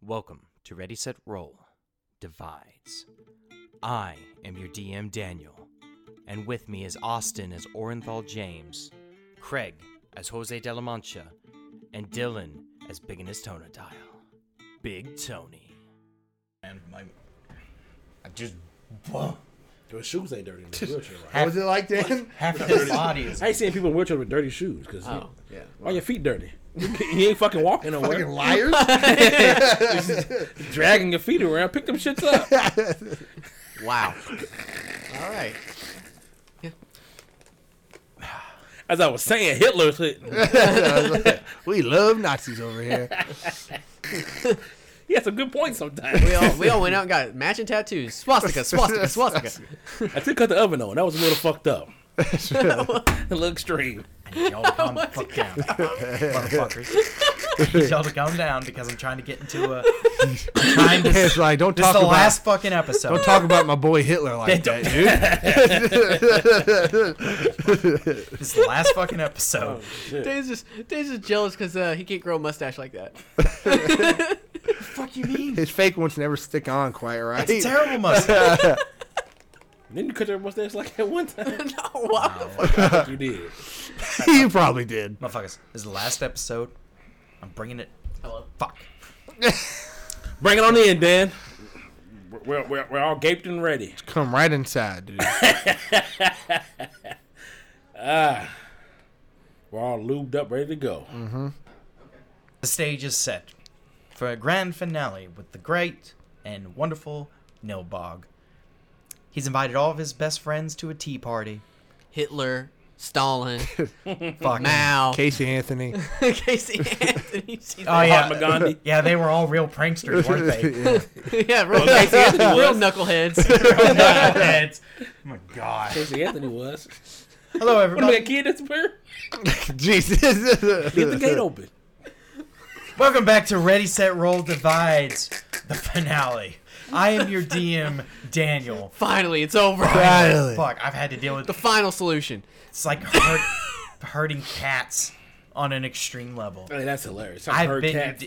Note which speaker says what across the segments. Speaker 1: Welcome to Ready Set Roll Divides. I am your DM Daniel, and with me is Austin as Orenthal James, Craig as Jose de la Mancha, and Dylan as Big in his Tonadile. Big Tony.
Speaker 2: And my, I just boom.
Speaker 3: Your shoes ain't dirty in the wheelchair, right?
Speaker 2: Half,
Speaker 4: Was it like that?
Speaker 2: half of his body is
Speaker 3: I ain't seeing people in wheelchairs with dirty shoes because
Speaker 4: yeah.
Speaker 3: why your feet dirty? you ain't fucking walking
Speaker 4: Fucking liars.
Speaker 3: nowhere. Dragging your feet around. Pick them shits up.
Speaker 1: Wow.
Speaker 4: All right.
Speaker 3: As I was saying, Hitler's hit.
Speaker 4: We love Nazis over here.
Speaker 3: He had some good points sometimes.
Speaker 5: We all, we all went out and got matching tattoos. Swastika, swastika, swastika.
Speaker 3: I did cut the oven on. That was a little fucked up. a little extreme.
Speaker 2: y'all to calm the fuck down, motherfuckers. Need y'all to calm down because I'm trying to get into a. I'm trying to-
Speaker 4: It's like don't
Speaker 2: this is
Speaker 4: talk
Speaker 2: the
Speaker 4: about
Speaker 2: last fucking episode.
Speaker 4: don't talk about my boy Hitler like
Speaker 2: Don't-
Speaker 4: that, dude.
Speaker 2: This is the last fucking episode.
Speaker 5: Dave's just, Dave's just jealous because uh, he can't grow a mustache like that.
Speaker 2: fuck you mean?
Speaker 4: His fake ones never stick on quite right.
Speaker 2: It's a terrible mustache.
Speaker 3: Then you cut your mustache like that one time.
Speaker 5: no, why the fuck?
Speaker 3: you did.
Speaker 4: you probably did.
Speaker 2: Motherfuckers, this is the last episode. I'm bringing it.
Speaker 5: Hello.
Speaker 2: Fuck.
Speaker 3: Bring it on in, Dan. We're, we're, we're all gaped and ready.
Speaker 4: Come right inside, dude.
Speaker 3: We're all lubed up, ready to go.
Speaker 2: The stage is set for a grand finale with the great and wonderful Nilbog. He's invited all of his best friends to a tea party.
Speaker 5: Hitler, Stalin,
Speaker 2: Fuck.
Speaker 5: Mao,
Speaker 4: Casey Anthony.
Speaker 5: Casey Anthony. Jesus.
Speaker 2: Oh
Speaker 3: Mahatma
Speaker 2: yeah,
Speaker 3: Gandhi.
Speaker 2: yeah. They were all real pranksters, weren't they?
Speaker 4: Yeah.
Speaker 5: yeah, real,
Speaker 3: Casey Anthony
Speaker 5: real
Speaker 3: was.
Speaker 5: knuckleheads.
Speaker 2: Knuckleheads. oh my god.
Speaker 3: Casey Anthony was.
Speaker 2: Hello
Speaker 3: What about that
Speaker 2: everybody.
Speaker 3: kid disappear?
Speaker 4: Jesus.
Speaker 3: Get the gate open.
Speaker 2: Welcome back to Ready Set Roll Divides, the finale. I am your DM, Daniel.
Speaker 5: Finally, it's over.
Speaker 4: Finally.
Speaker 2: Fuck, I've had to deal with
Speaker 5: The final solution.
Speaker 2: it's like hurt, hurting cats on an extreme level.
Speaker 3: Hey, that's hilarious.
Speaker 2: I've
Speaker 3: I've heard
Speaker 2: been-
Speaker 3: cats.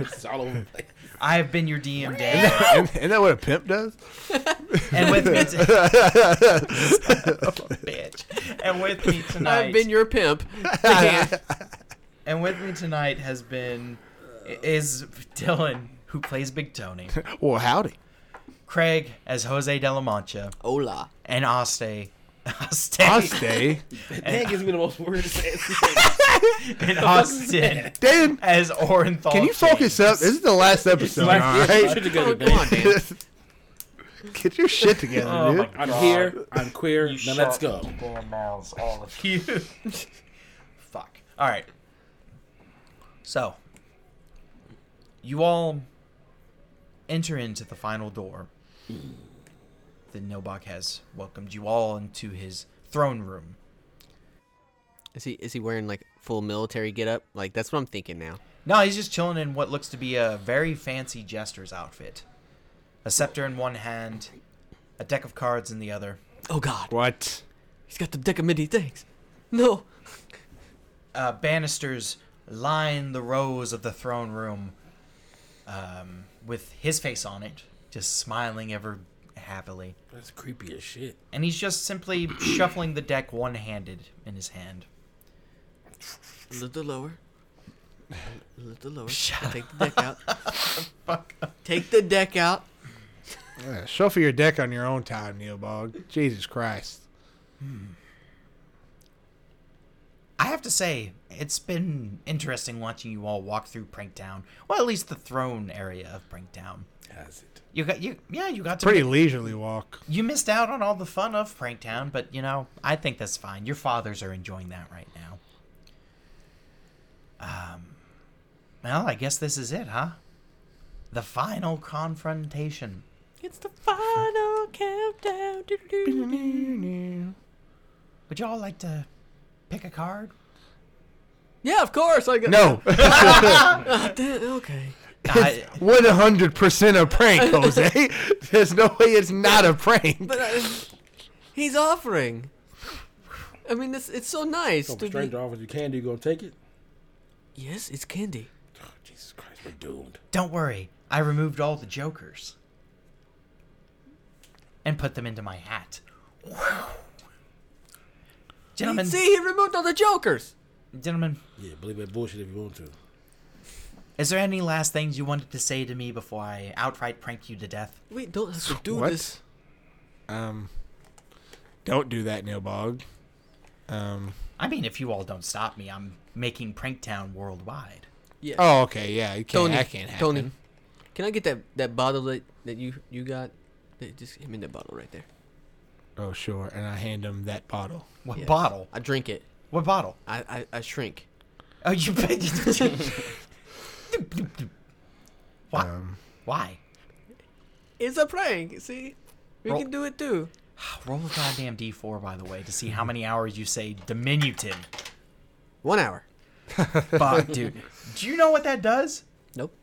Speaker 3: it's all over the place.
Speaker 2: I have been your DM, Daniel.
Speaker 4: Isn't isn't that what a pimp does?
Speaker 2: And with me, t- Son of a bitch. And with me tonight,
Speaker 5: I've been your pimp. Again.
Speaker 2: and with me tonight has been is Dylan, who plays Big Tony,
Speaker 4: Well, howdy.
Speaker 2: Craig as Jose De La Mancha,
Speaker 5: Hola.
Speaker 2: and Aste, Aste,
Speaker 4: I'll stay.
Speaker 3: That gives me the most words. to say.
Speaker 2: and Austin
Speaker 4: Dan,
Speaker 2: as Orenthal.
Speaker 4: can you focus up? This is the last episode,
Speaker 3: Like,
Speaker 4: all
Speaker 3: yeah, you
Speaker 4: right?
Speaker 3: should have
Speaker 5: Oh,
Speaker 3: got
Speaker 5: come on, man.
Speaker 4: Get your shit together,
Speaker 2: Oh
Speaker 4: dude.
Speaker 2: my
Speaker 3: I'm
Speaker 2: God.
Speaker 3: here. I'm queer. now let's go.
Speaker 2: Damn mouths, all of you. Fuck. All right. So, you all enter into the final door. The Nobok has welcomed you all into his throne room.
Speaker 5: Is he is he wearing like full military getup? Like that's what I'm thinking now.
Speaker 2: No, he's just chilling in what looks to be a very fancy jester's outfit. A scepter in one hand, a deck of cards in the other.
Speaker 5: Oh God,
Speaker 4: What?
Speaker 5: he's got the deck of many things. No,
Speaker 2: uh, banisters line the rows of the throne room um, with his face on it, just smiling ever happily.
Speaker 3: That's creepy as shit.
Speaker 2: And he's just simply shuffling the deck one handed in his hand.
Speaker 5: a little lower, a little lower. Take the deck out. Take the deck out.
Speaker 4: Yeah, shuffle your deck on your own time, Neil Bog. Jesus Christ.
Speaker 2: I have to say, it's been interesting watching you all walk through Pranktown. Well, at least the throne area of Pranktown.
Speaker 3: Has it?
Speaker 2: You got you yeah, you got to
Speaker 4: Pretty leisurely walk.
Speaker 2: you missed out on all the fun of Pranktown, but you know, I think that's fine. Your fathers are enjoying that right now. Um, well, I guess this is it, huh? The final confrontation.
Speaker 5: It's the final countdown. Doo-doo-doo.
Speaker 2: Would y'all like to pick a card?
Speaker 5: Yeah, of course. I got,
Speaker 4: No,
Speaker 5: Ah, da- okay.
Speaker 2: I,
Speaker 4: one hundred percent a prank, Jose. There's no way it's not a prank.
Speaker 5: But uh, he's offering. I mean, it's it's so nice.
Speaker 3: If
Speaker 5: To
Speaker 3: a
Speaker 5: be,
Speaker 3: stranger offers you candy, you gonna take it? Oh,
Speaker 5: yes, it's candy.
Speaker 3: Jesus Christ, we're doomed.
Speaker 2: don't worry. I removed all the jokers and put them into my hat. Gentlemen,
Speaker 5: See, he removed all the jokers.
Speaker 2: gentlemen,
Speaker 3: Yeah, believe that bullshit if you want to.
Speaker 2: is there any last things you wanted to say to me before I outright prank you to death?
Speaker 5: We don't have to do
Speaker 4: What?
Speaker 5: this.
Speaker 4: Um, don't do that, Neil Bog. Um.
Speaker 2: I mean, if you all don't stop me, I'm making Pranktown worldwide.
Speaker 5: Yeah.
Speaker 4: Oh, okay. Yeah, you can't.
Speaker 5: Tony,
Speaker 4: that can't happen.
Speaker 5: Tony, can I get that that bottle that, that you you got? Hey, Just hand me that bottle right there.
Speaker 4: Oh, sure. And I hand him that bottle.
Speaker 2: What
Speaker 5: Yeah.
Speaker 2: bottle?
Speaker 5: I drink it.
Speaker 2: What bottle?
Speaker 5: I I, I shrink.
Speaker 2: Oh, you bet. Why? Why?
Speaker 5: It's a prank. See, we
Speaker 2: Roll-
Speaker 5: can do it too.
Speaker 2: Roll a goddamn d4, by the way, to see how many hours you say diminutive.
Speaker 5: One hour.
Speaker 2: Fuck, dude. Do you know what that does?
Speaker 5: Nope.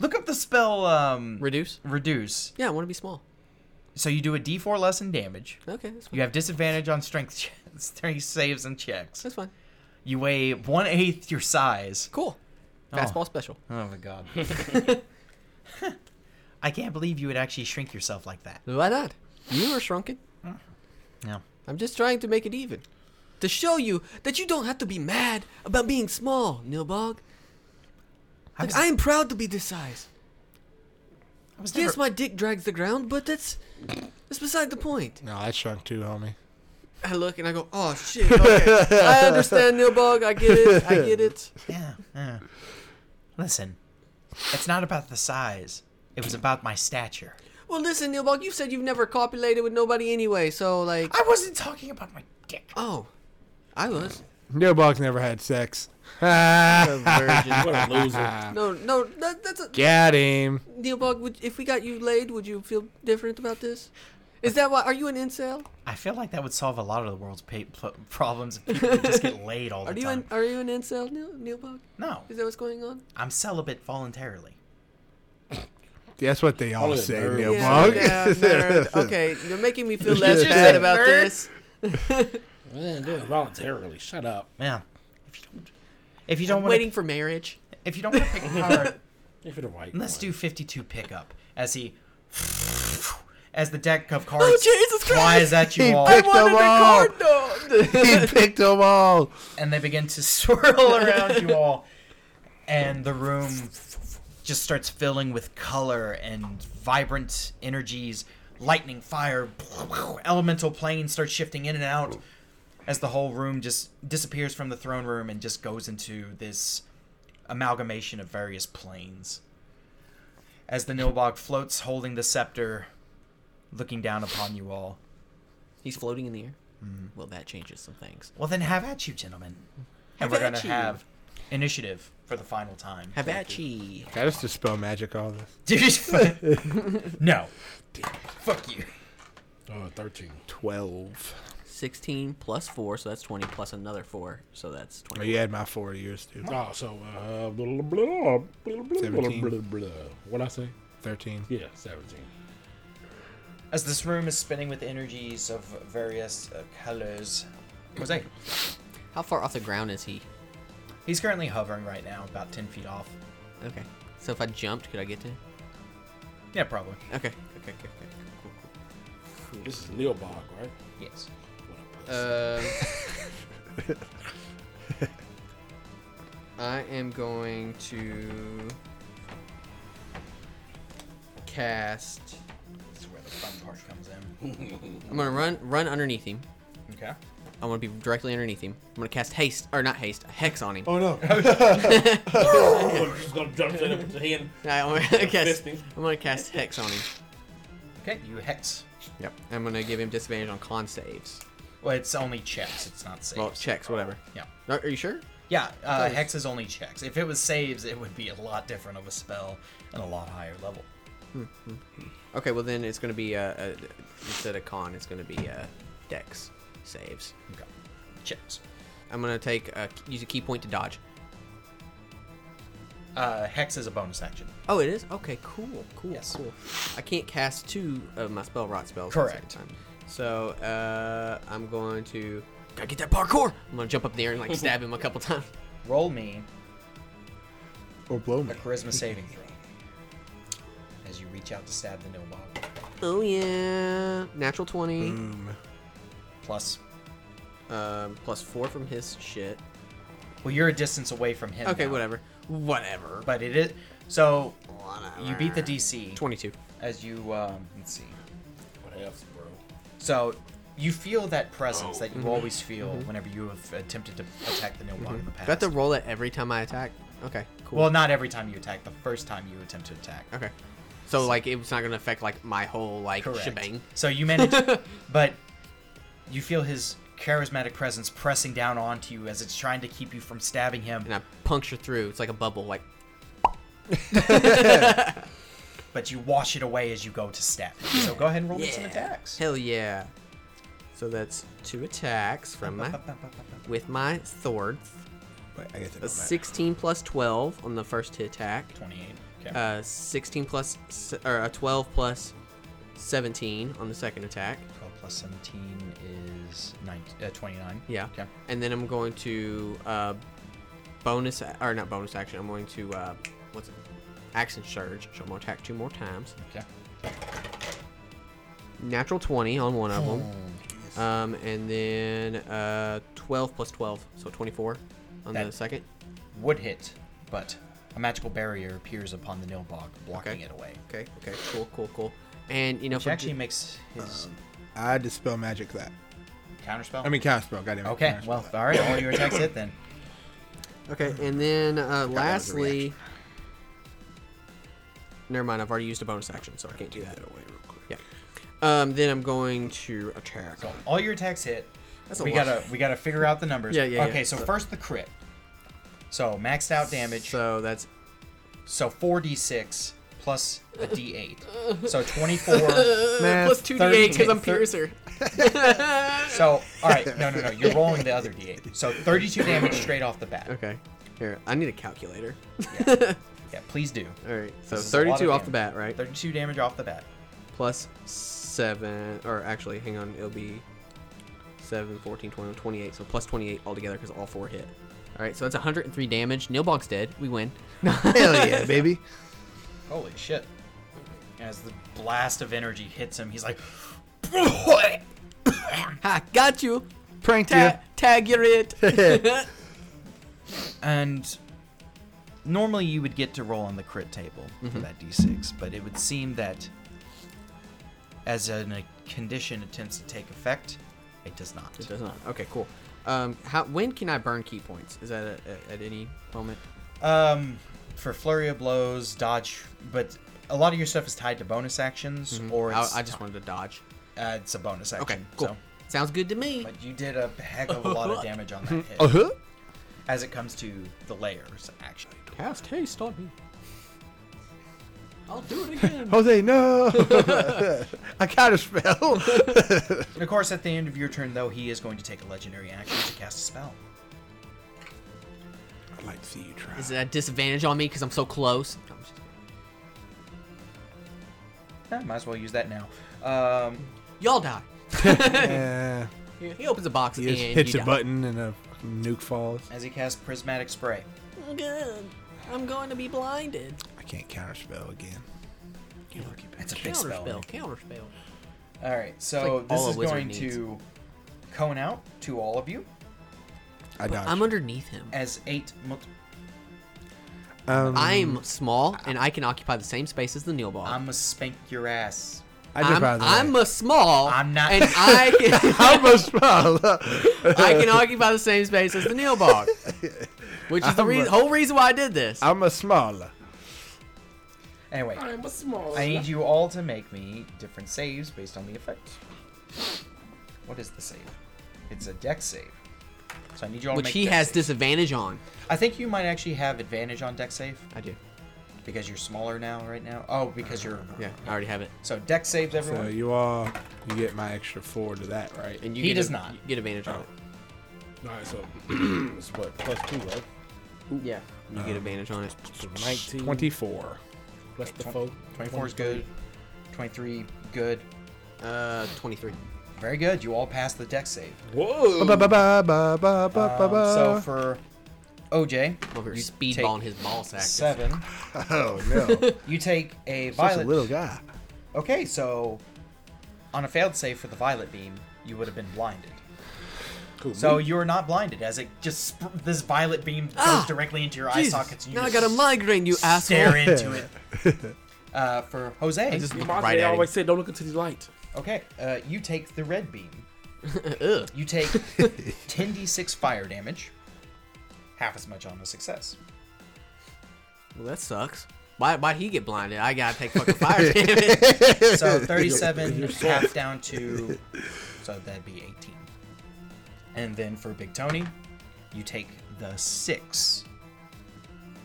Speaker 2: Look up the spell um,
Speaker 5: Reduce.
Speaker 2: reduce.
Speaker 5: Yeah, I want to be small.
Speaker 2: So you do a d4 less in damage.
Speaker 5: Okay, that's fine.
Speaker 2: You have disadvantage on strength, che- strength saves and checks.
Speaker 5: That's fine.
Speaker 2: You weigh one eighth your size.
Speaker 5: Cool. Fastball special.
Speaker 2: Oh my god. I can't believe you would actually shrink yourself like that.
Speaker 5: Why not? You are shrunken.
Speaker 2: Mm. No.
Speaker 5: I'm just trying to make it even. To show you that you don't have to be mad about being small, Nilbog.
Speaker 2: I
Speaker 5: Like,
Speaker 2: was,
Speaker 5: I am proud to be this size.
Speaker 2: I was
Speaker 5: Yes,
Speaker 2: never,
Speaker 5: my dick drags the ground, but that's that's beside the point.
Speaker 4: No, that shrunk too, homie.
Speaker 5: I look and I go, oh shit, okay. I understand, Nilbog. I get it. I get it.
Speaker 2: yeah, yeah. Listen, it's not about the size. It was about my stature.
Speaker 5: Well, listen, Nilbog, you said you've never copulated with nobody anyway, so like,
Speaker 2: I wasn't talking about my dick.
Speaker 5: oh, I was.
Speaker 4: Neil Bog's never had sex. Ah,
Speaker 3: What a loser.
Speaker 5: No, no, that, that's a,
Speaker 4: got him.
Speaker 5: Nilbog. Would, if we got you laid, would you feel different about this? Is that why? Are you an incel?
Speaker 2: I feel like that would solve a lot of the world's pa- pl- problems if people would just get laid all
Speaker 5: Are
Speaker 2: the
Speaker 5: you
Speaker 2: time.
Speaker 5: an Are you an incel, Neil, Nilbog?
Speaker 2: No,
Speaker 5: Is that what's going on?
Speaker 2: I'm celibate voluntarily.
Speaker 4: That's what they all
Speaker 3: Probably a
Speaker 4: say,
Speaker 3: nerd.
Speaker 4: Neil
Speaker 5: Yeah,
Speaker 4: Bog.
Speaker 5: yeah, nerd. Okay, you're making me feel less
Speaker 4: just
Speaker 5: bad
Speaker 4: said
Speaker 5: about
Speaker 2: nerd.
Speaker 5: this.
Speaker 3: Man, do it voluntarily. Shut up.
Speaker 2: Yeah. If you don't, if you don't
Speaker 5: I'm
Speaker 2: want
Speaker 5: waiting
Speaker 2: to,
Speaker 5: for marriage.
Speaker 2: if you don't want to pick a card,
Speaker 3: If you're the right
Speaker 2: let's
Speaker 3: one.
Speaker 2: do 52 pickup as he, as the deck of cards
Speaker 5: Oh Jesus
Speaker 2: flies
Speaker 5: Christ!
Speaker 2: at you
Speaker 4: He
Speaker 2: all,
Speaker 5: I
Speaker 4: picked
Speaker 5: wanted
Speaker 4: them
Speaker 5: the
Speaker 4: all.
Speaker 5: card though.
Speaker 4: he picked them all.
Speaker 2: and they begin to swirl around you all, and the room just starts filling with color and vibrant energies, lightning, fire, elemental planes start shifting in and out as the whole room just disappears from the throne room and just goes into this amalgamation of various planes. As the Nilbog floats holding the scepter, looking down upon you all.
Speaker 5: He's floating in the air. Well, that changes some things.
Speaker 2: Well, then have at you, gentlemen. And
Speaker 5: Have
Speaker 2: we're going
Speaker 5: at
Speaker 2: to
Speaker 5: you.
Speaker 2: have initiative for the final time.
Speaker 5: Hibachi.
Speaker 4: Can I just dispel magic all this?
Speaker 2: Dude, no. Fuck you.
Speaker 3: Oh, 13.
Speaker 4: 12.
Speaker 5: 16 plus 4, so that's 20, plus another 4, so that's
Speaker 4: Oh,
Speaker 5: 20.
Speaker 4: you had my four years, dude.
Speaker 3: Oh, so, uh, blah, blah, blah, blah, blah, blah,
Speaker 4: 17.
Speaker 3: blah, blah. What I say?
Speaker 4: 13.
Speaker 3: Yeah, 17.
Speaker 2: As this room is spinning with energies of various uh, colors, Jose,
Speaker 5: How far off the ground is he?
Speaker 2: he's currently hovering right now, about 10 feet off.
Speaker 5: Okay. So if I jumped, could I get to him?
Speaker 2: Yeah, probably.
Speaker 5: Okay. Okay, okay, okay. Cool, cool.
Speaker 3: This is Neil Bog, right?
Speaker 2: Yes.
Speaker 3: What a pussy.
Speaker 5: Um,
Speaker 6: Um,
Speaker 5: I am going to cast.
Speaker 2: This is where the fun part comes in.
Speaker 5: I'm gonna run run underneath him.
Speaker 2: Okay.
Speaker 5: I want to be directly underneath him. I'm gonna cast haste or not haste, hex on him.
Speaker 4: Oh, no.
Speaker 3: Oh, he's gonna jump in with his hand.
Speaker 5: I wanna cast,
Speaker 3: Fisting.
Speaker 5: I'm gonna cast hex on him.
Speaker 2: Okay, you hex.
Speaker 5: Yep. I'm gonna give him disadvantage on con saves.
Speaker 2: Well, it's only checks, it's not saves.
Speaker 5: Well, checks, whatever.
Speaker 2: Yeah.
Speaker 5: Are, are you sure?
Speaker 2: Yeah, uh,
Speaker 5: Nice.
Speaker 2: hex is only checks. If it was saves, it would be a lot different of a spell and a lot higher level.
Speaker 5: Okay, well then it's gonna be uh, uh instead of con, it's gonna be uh, dex saves.
Speaker 2: Okay. Checks.
Speaker 5: I'm gonna take uh, use a key point to dodge.
Speaker 2: Uh, hex is a bonus action.
Speaker 5: Oh, it is. Okay, cool, cool,
Speaker 2: Yes.
Speaker 5: cool. I can't cast two of my spell rot spells. at the same
Speaker 2: Correct.
Speaker 5: time. So uh, I'm going to gotta get that parkour. I'm gonna jump up there and like stab him a couple times.
Speaker 2: Roll me
Speaker 4: Or blow
Speaker 2: a
Speaker 4: Oh, me.
Speaker 2: charisma saving throw.
Speaker 7: as you reach out to stab the Nobog.
Speaker 6: Oh yeah, natural twenty.
Speaker 7: Plus,
Speaker 6: Um, plus four from his shit.
Speaker 7: well, you're a distance away from him.
Speaker 6: Okay,
Speaker 7: now.
Speaker 6: whatever. Whatever.
Speaker 7: But it is so
Speaker 6: Whatever.
Speaker 7: you beat the DC
Speaker 6: Twenty-two.
Speaker 7: as you um, let's see.
Speaker 3: What else, bro?
Speaker 7: So you feel that
Speaker 6: Oh.
Speaker 7: presence that
Speaker 6: Mm-hmm.
Speaker 7: you always feel whenever you have attempted to attack the Nilwog in the
Speaker 6: Do I
Speaker 7: past.
Speaker 6: have to roll it every time I attack? Okay, cool.
Speaker 7: Well, not every time you attack. The first time you attempt to attack.
Speaker 6: okay. So like it was not gonna affect like my whole like
Speaker 7: Correct.
Speaker 6: shebang.
Speaker 7: So you manage, but you feel his charismatic presence pressing down onto you as it's trying to keep you from stabbing him.
Speaker 6: And I puncture through. It's like a bubble. Like
Speaker 7: But you wash it away as you go to stab. him. So go ahead and roll me some
Speaker 6: Yeah.
Speaker 7: attacks.
Speaker 6: hell yeah. So that's two attacks from my with my swords.
Speaker 4: Wait, I get to go
Speaker 6: A
Speaker 4: back.
Speaker 6: sixteen plus twelve on the first hit attack.
Speaker 7: Twenty-eight. Okay.
Speaker 6: Uh, sixteen plus s- or a twelve plus seventeen on the second attack.
Speaker 7: 12 Oh, plus 17 is 19, uh, 29.
Speaker 6: Yeah.
Speaker 7: Okay.
Speaker 6: And then I'm going to uh, bonus or not bonus action. I'm going to uh, what's it? Action surge. So I'm gonna attack two more times.
Speaker 7: Okay.
Speaker 6: Natural twenty on one of them. Um, and then uh, twelve plus twelve, so twenty-four on the
Speaker 7: That-
Speaker 6: second.
Speaker 7: Would hit, but a magical barrier appears upon the Nilbog, blocking
Speaker 6: Okay.
Speaker 7: it away.
Speaker 6: Okay. Okay. Cool. Cool. Cool. And you know,
Speaker 7: Which
Speaker 6: for
Speaker 7: actually
Speaker 6: ju-
Speaker 7: makes his
Speaker 6: Um,
Speaker 4: I dispel magic that.
Speaker 7: counterspell.
Speaker 4: I mean, counter spell. Goddamn. it,
Speaker 7: okay.
Speaker 4: counterspell
Speaker 7: Well,
Speaker 4: that.
Speaker 7: all right. All your attacks hit then.
Speaker 6: okay. And then uh, lastly,
Speaker 4: reaction.
Speaker 6: never mind. I've already used a bonus action, so I can't do that. Yeah. Um, then I'm going to attack.
Speaker 7: So all your attacks hit.
Speaker 6: That's a
Speaker 7: we
Speaker 6: lot.
Speaker 7: gotta we gotta figure out the numbers.
Speaker 6: Yeah, yeah,
Speaker 7: Okay,
Speaker 6: yeah.
Speaker 7: so
Speaker 6: So-
Speaker 7: first the crit. So maxed out damage. So,
Speaker 6: So that's
Speaker 7: 4d6 plus a d8. so 24.
Speaker 4: Man,
Speaker 6: uh, plus two d8 because I'm
Speaker 7: 13.
Speaker 6: piercer.
Speaker 7: so all right, no no no, you're rolling the other d8. So 32 damage straight off the bat.
Speaker 6: Okay. Here, I need a calculator.
Speaker 7: Yeah, please do.
Speaker 6: All right. So
Speaker 7: This is a lot of
Speaker 6: 32 off the
Speaker 7: damage.
Speaker 6: bat, right?
Speaker 7: 32 damage off the bat.
Speaker 6: Plus 7 or actually hang on, it'll be 7 14 20 28. So plus 28 altogether cuz all four hit. All right. So that's 103 damage. Nilbog's dead. We win.
Speaker 4: Hell yeah, baby.
Speaker 7: Holy shit. As the blast of energy hits him, he's like
Speaker 6: ha, got you.
Speaker 4: Pranked you.
Speaker 6: Ta- tag your it.
Speaker 7: and normally you would get to roll on the crit table for
Speaker 6: Mm-hmm.
Speaker 7: that d6 but it would seem that as an, a condition attempts to take effect it does not
Speaker 6: it does not. Okay, cool. Um, how, when can I burn key points? Is that at, at, at any moment?
Speaker 7: um for flurry of blows dodge but a lot of your stuff is tied to bonus actions or
Speaker 6: Mm-hmm. I,
Speaker 7: it's,
Speaker 6: I just wanted to dodge.
Speaker 7: uh, it's a bonus action
Speaker 6: Okay, cool.
Speaker 7: so.
Speaker 6: Sounds good to me.
Speaker 7: but you did a heck of a lot of damage on that hit
Speaker 4: Uh-huh.
Speaker 7: as it comes to the layers action
Speaker 6: Cast haste on me. I'll do it again.
Speaker 4: Jose, no. I counter spell.
Speaker 7: and of course at the end of your turn though he is going to take a legendary action to cast a spell
Speaker 4: I'd like to see you try.
Speaker 6: Is it a disadvantage on me because I'm so close? No, I'm just kidding.
Speaker 7: Eh, might as well use that now um
Speaker 6: Y'all die.
Speaker 4: Yeah.
Speaker 6: He opens a box
Speaker 4: He
Speaker 6: and
Speaker 4: just
Speaker 6: you
Speaker 4: hits a
Speaker 6: die.
Speaker 4: button and a fucking nuke falls.
Speaker 7: as he casts prismatic spray.
Speaker 6: Good. I'm going to be blinded.
Speaker 4: I can't counter spell again.
Speaker 7: It's a big
Speaker 6: Counter
Speaker 7: spell.
Speaker 6: spell. Counter spell.
Speaker 7: All right, so
Speaker 6: like all
Speaker 7: this
Speaker 6: a
Speaker 7: is
Speaker 6: wizard
Speaker 7: going
Speaker 6: needs.
Speaker 7: to cone out to all of you
Speaker 4: I dodge.
Speaker 6: I'm underneath him.
Speaker 7: as eight. Multi-
Speaker 4: um,
Speaker 6: I'm small
Speaker 7: Ah.
Speaker 6: and I can occupy the same space as the Neil ball.
Speaker 7: I'ma spank your ass.
Speaker 4: I just
Speaker 6: I'm,
Speaker 4: rather
Speaker 6: I'm
Speaker 4: like-
Speaker 6: a small.
Speaker 7: I'm not-
Speaker 6: And I can,
Speaker 4: I'm a spell.
Speaker 6: I can occupy the same space as the Neil ball, which is the
Speaker 4: I'm
Speaker 6: rea-
Speaker 4: a-
Speaker 6: whole reason why I did this.
Speaker 4: I'm a smaller.
Speaker 7: Anyway,
Speaker 3: I'm a small.
Speaker 7: I need you all to make me different saves based on the effect. What is the save? It's a deck save. So I need you all. to
Speaker 6: which
Speaker 7: make
Speaker 6: he
Speaker 7: dex
Speaker 6: has
Speaker 7: saves.
Speaker 6: disadvantage on.
Speaker 7: I think you might actually have advantage on deck save
Speaker 6: I do.
Speaker 7: because you're smaller now, right now. Oh, because you're.
Speaker 6: Yeah, I already have it.
Speaker 7: So deck saves
Speaker 4: So
Speaker 7: everyone.
Speaker 4: you all, you get my extra four to that, right?
Speaker 6: And you
Speaker 7: He
Speaker 6: get
Speaker 7: does
Speaker 6: a-
Speaker 7: not.
Speaker 6: you get advantage on it.
Speaker 3: Alright, so it's what plus two, right?
Speaker 6: Yeah. You
Speaker 7: Oh.
Speaker 6: get advantage on it.
Speaker 3: So Nineteen.
Speaker 4: Twenty-four.
Speaker 3: Plus the four.
Speaker 7: Twenty-four is good. Twenty-three good.
Speaker 6: Uh, 23.
Speaker 7: Very good. You all passed the deck save.
Speaker 3: Whoa.
Speaker 4: Ba ba ba ba ba ba ba
Speaker 7: Um, so
Speaker 4: ba.
Speaker 7: for OJ,
Speaker 6: I'm over
Speaker 7: you
Speaker 6: here
Speaker 7: take
Speaker 6: speedballing his ball sack.
Speaker 7: seven.
Speaker 4: Oh no,
Speaker 7: You take a
Speaker 4: such a
Speaker 7: violet.
Speaker 4: little guy.
Speaker 7: Okay, so on a failed save for the violet beam, you would have been blinded.
Speaker 3: Cool.
Speaker 7: So you are not blinded as it just sp- this violet beam goes
Speaker 6: Ah,
Speaker 7: directly into your eye
Speaker 6: Jesus,
Speaker 7: sockets. And you
Speaker 6: now I
Speaker 7: just
Speaker 6: got a migraine, you
Speaker 7: stare
Speaker 6: asshole.
Speaker 7: into it. Uh, for Jose,
Speaker 6: I just look
Speaker 3: Maz,
Speaker 6: right
Speaker 3: they
Speaker 6: at him.
Speaker 3: always say don't look into the light.
Speaker 7: okay, uh, you take the red beam.
Speaker 6: Ugh.
Speaker 7: You take 10d6 fire damage, half as much on a success.
Speaker 6: Well, that sucks. Why, why'd he get blinded? I gotta take fucking fire damage.
Speaker 7: So 37 half down to so that'd be 18. And then for Big Tony, you take the 6.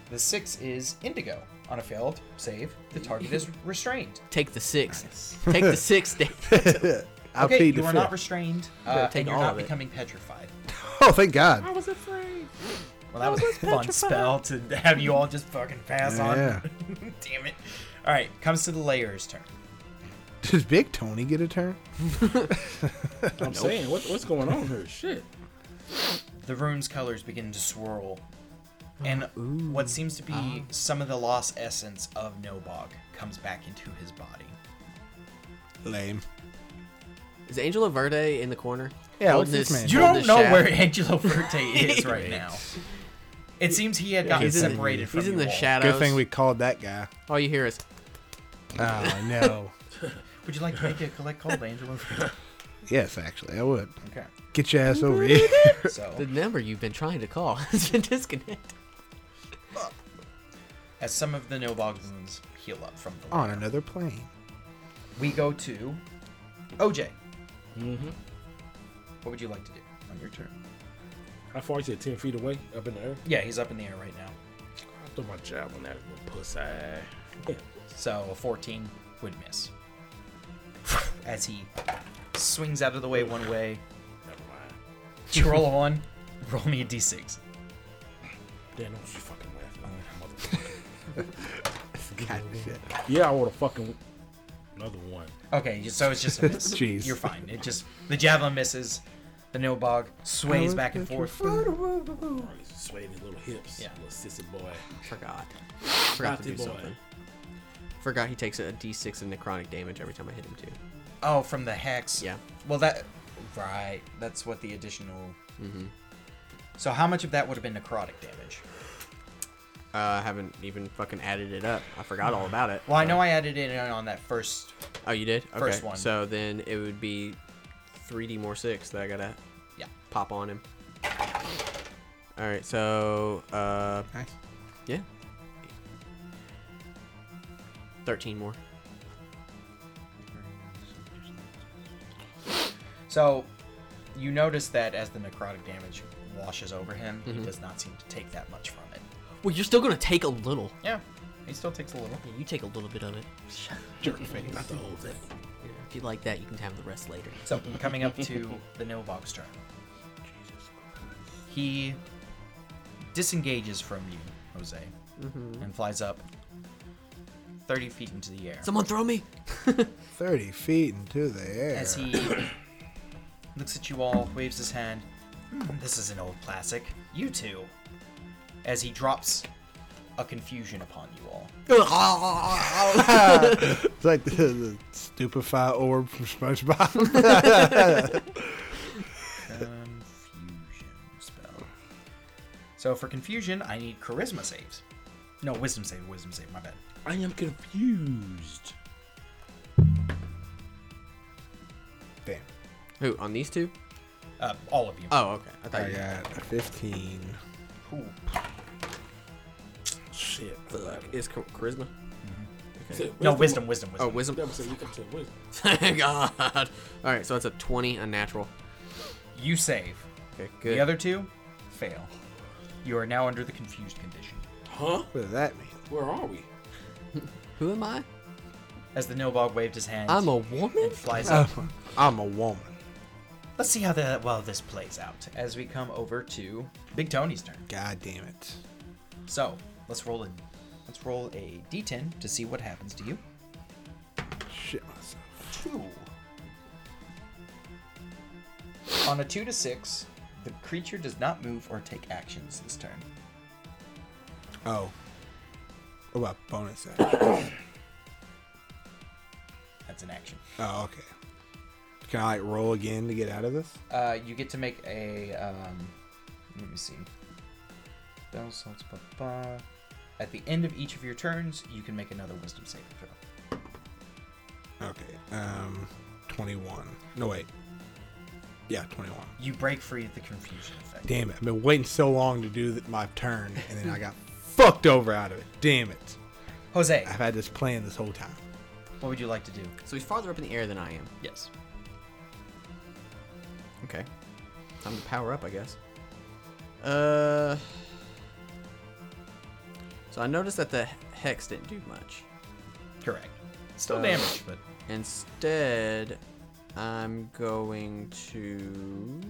Speaker 7: The 6 is indigo. On a failed save, the target is restrained.
Speaker 6: Take the six. Take the six damage.
Speaker 4: I
Speaker 7: okay,
Speaker 4: plead
Speaker 7: you
Speaker 4: the
Speaker 7: are not
Speaker 4: fifth.
Speaker 7: restrained, uh,
Speaker 6: take
Speaker 7: and you're
Speaker 6: all
Speaker 7: not
Speaker 6: of it.
Speaker 7: becoming petrified.
Speaker 4: Oh, thank God.
Speaker 3: I was afraid.
Speaker 7: Well, that was a fun spell to have you all just fucking pass on.
Speaker 4: Yeah.
Speaker 7: Damn it. All right, comes to the layer's turn.
Speaker 4: Does Big Tony get a turn?
Speaker 3: I'm saying, what, what's going on here? Shit.
Speaker 7: the room's colors begin to swirl, and what seems to be
Speaker 6: Ah.
Speaker 7: some of the lost essence of Nobog comes back into his body.
Speaker 4: Lame.
Speaker 6: Is Angela Verde in the corner?
Speaker 4: Yeah,
Speaker 6: Holding
Speaker 4: what's this
Speaker 6: his-
Speaker 4: man?
Speaker 7: You
Speaker 6: holding
Speaker 7: don't
Speaker 6: his
Speaker 7: know
Speaker 6: shaft.
Speaker 7: where Angelo Verte is right now. It seems he had gotten
Speaker 6: He's in the-
Speaker 7: separated from
Speaker 6: He's in
Speaker 7: you
Speaker 6: the
Speaker 7: all.
Speaker 6: shadows.
Speaker 4: Good thing we called that guy.
Speaker 6: All you hear is,
Speaker 4: Oh no.
Speaker 7: Would you like to make a collect call to Angelo Verte?
Speaker 4: yes, actually, I would.
Speaker 7: Okay.
Speaker 4: Get your ass over here.
Speaker 6: the
Speaker 7: So,
Speaker 6: number you've been trying to call has been disconnected.
Speaker 7: as some of the Nobog wounds heal up from
Speaker 6: Ah.
Speaker 7: the
Speaker 4: on another plane.
Speaker 7: we go to OJ.
Speaker 6: Mm-hmm.
Speaker 7: What would you like to do on your turn?
Speaker 3: How far is it? 10 feet away? Up in the air?
Speaker 7: Yeah, he's up in the air right now.
Speaker 3: I throw my jab on that little pussy.
Speaker 7: So a 14 would miss. As he swings out of the way one way.
Speaker 3: Never mind.
Speaker 7: You roll a 1, roll me a d6.
Speaker 3: Damn, don't you fucking laugh at me,
Speaker 4: God, shit.
Speaker 3: motherfucker. Yeah, I want a fucking. Another one.
Speaker 7: Okay, so it's just a miss.
Speaker 4: Jeez.
Speaker 7: You're fine. It just the javelin misses. The nobog
Speaker 4: Oh,
Speaker 7: sways back and forth.
Speaker 3: All right, Swaying his little hips.
Speaker 7: Yeah.
Speaker 3: Little sissy boy.
Speaker 6: Forgot. Forgot to
Speaker 3: Naughty
Speaker 6: do
Speaker 3: boy.
Speaker 6: something. Forgot he takes a d6 of necrotic damage every time I hit him too.
Speaker 7: Oh, from the hex.
Speaker 6: Yeah.
Speaker 7: Well, that right. That's what the additional. So how much of that would have been necrotic damage?
Speaker 6: Uh, I haven't even fucking added it up. I forgot all about it.
Speaker 7: Well, I know I added it in on that first.
Speaker 6: Oh, you did? Okay.
Speaker 7: First one.
Speaker 6: So then it would be 3d more 6 that I gotta
Speaker 7: Yeah.
Speaker 6: pop on him. Alright, so, uh,
Speaker 4: Nice.
Speaker 6: yeah. 13 more.
Speaker 7: So you notice that as the necrotic damage washes over him, he does not seem to take that much from it.
Speaker 6: Well, you're still gonna take a little.
Speaker 7: Yeah, he still takes a little.
Speaker 6: You take a little bit of it.
Speaker 3: Jerk face. Not the whole thing.
Speaker 6: If you like that, you can have the rest later.
Speaker 7: So coming up to the Novog's turn, he disengages from you, Jose, and flies up thirty feet into the air.
Speaker 6: Someone throw me!
Speaker 4: 30 feet into the air.
Speaker 7: as he looks at you all, waves his hand. "Hmm, this is an old classic. You two. As he drops a confusion upon you all.
Speaker 4: it's like the, the stupefy orb from SpongeBob.
Speaker 7: Confusion spell. So for confusion, I need charisma saves. No, wisdom save, wisdom save, my bad.
Speaker 3: I am confused.
Speaker 4: Damn.
Speaker 6: Who, on these two?
Speaker 7: Uh, all of you.
Speaker 6: Oh, okay. I thought
Speaker 4: I
Speaker 6: you
Speaker 4: got a 15.
Speaker 7: Ooh.
Speaker 3: Shit.
Speaker 6: Fuck. Is char- charisma?
Speaker 7: No, wisdom, wisdom,
Speaker 6: Oh,
Speaker 7: wisdom.
Speaker 3: That was
Speaker 6: wisdom?
Speaker 3: you come to wisdom.
Speaker 6: Thank God. Alright, so that's a 20 unnatural.
Speaker 7: you save.
Speaker 6: Okay, good.
Speaker 7: The other two fail. You are now under the confused condition.
Speaker 3: Huh?
Speaker 4: What does that mean?
Speaker 3: Where are we?
Speaker 6: Who am I?
Speaker 7: As the Nobog waved his hand
Speaker 6: I'm a woman? Uh.
Speaker 7: and flies up.
Speaker 4: I'm a woman.
Speaker 7: Let's see how the, well this plays out as we come over to Big Tony's turn.
Speaker 4: God damn it.
Speaker 7: So let's roll a let's roll a d10 to see what happens to you.
Speaker 4: Shit myself.
Speaker 7: Two. On a two to six, the creature does not move or take actions this turn.
Speaker 4: Oh. What about bonus action?
Speaker 7: That's an action.
Speaker 4: oh, okay. Can I like roll again to get out of this?
Speaker 7: Uh, you get to make a. Um, let me see. Battle salts. Blah, blah. At the end of each of your turns, you can make another Wisdom saving throw.
Speaker 4: Okay. Um, 21. No, wait. Yeah, 21.
Speaker 7: You break free of the confusion effect.
Speaker 4: Damn it. I've been waiting so long to do th- my turn, and then I got fucked over out of it. Damn it.
Speaker 7: Jose,
Speaker 4: I've had this plan this whole time.
Speaker 7: what would you like to do?
Speaker 6: So he's farther up in the air than I am.
Speaker 7: Yes.
Speaker 6: Okay. Time to power up, I guess. Uh. So I noticed that the hex didn't do much.
Speaker 7: Correct. Uh, Still damage, but
Speaker 6: Instead, I'm going to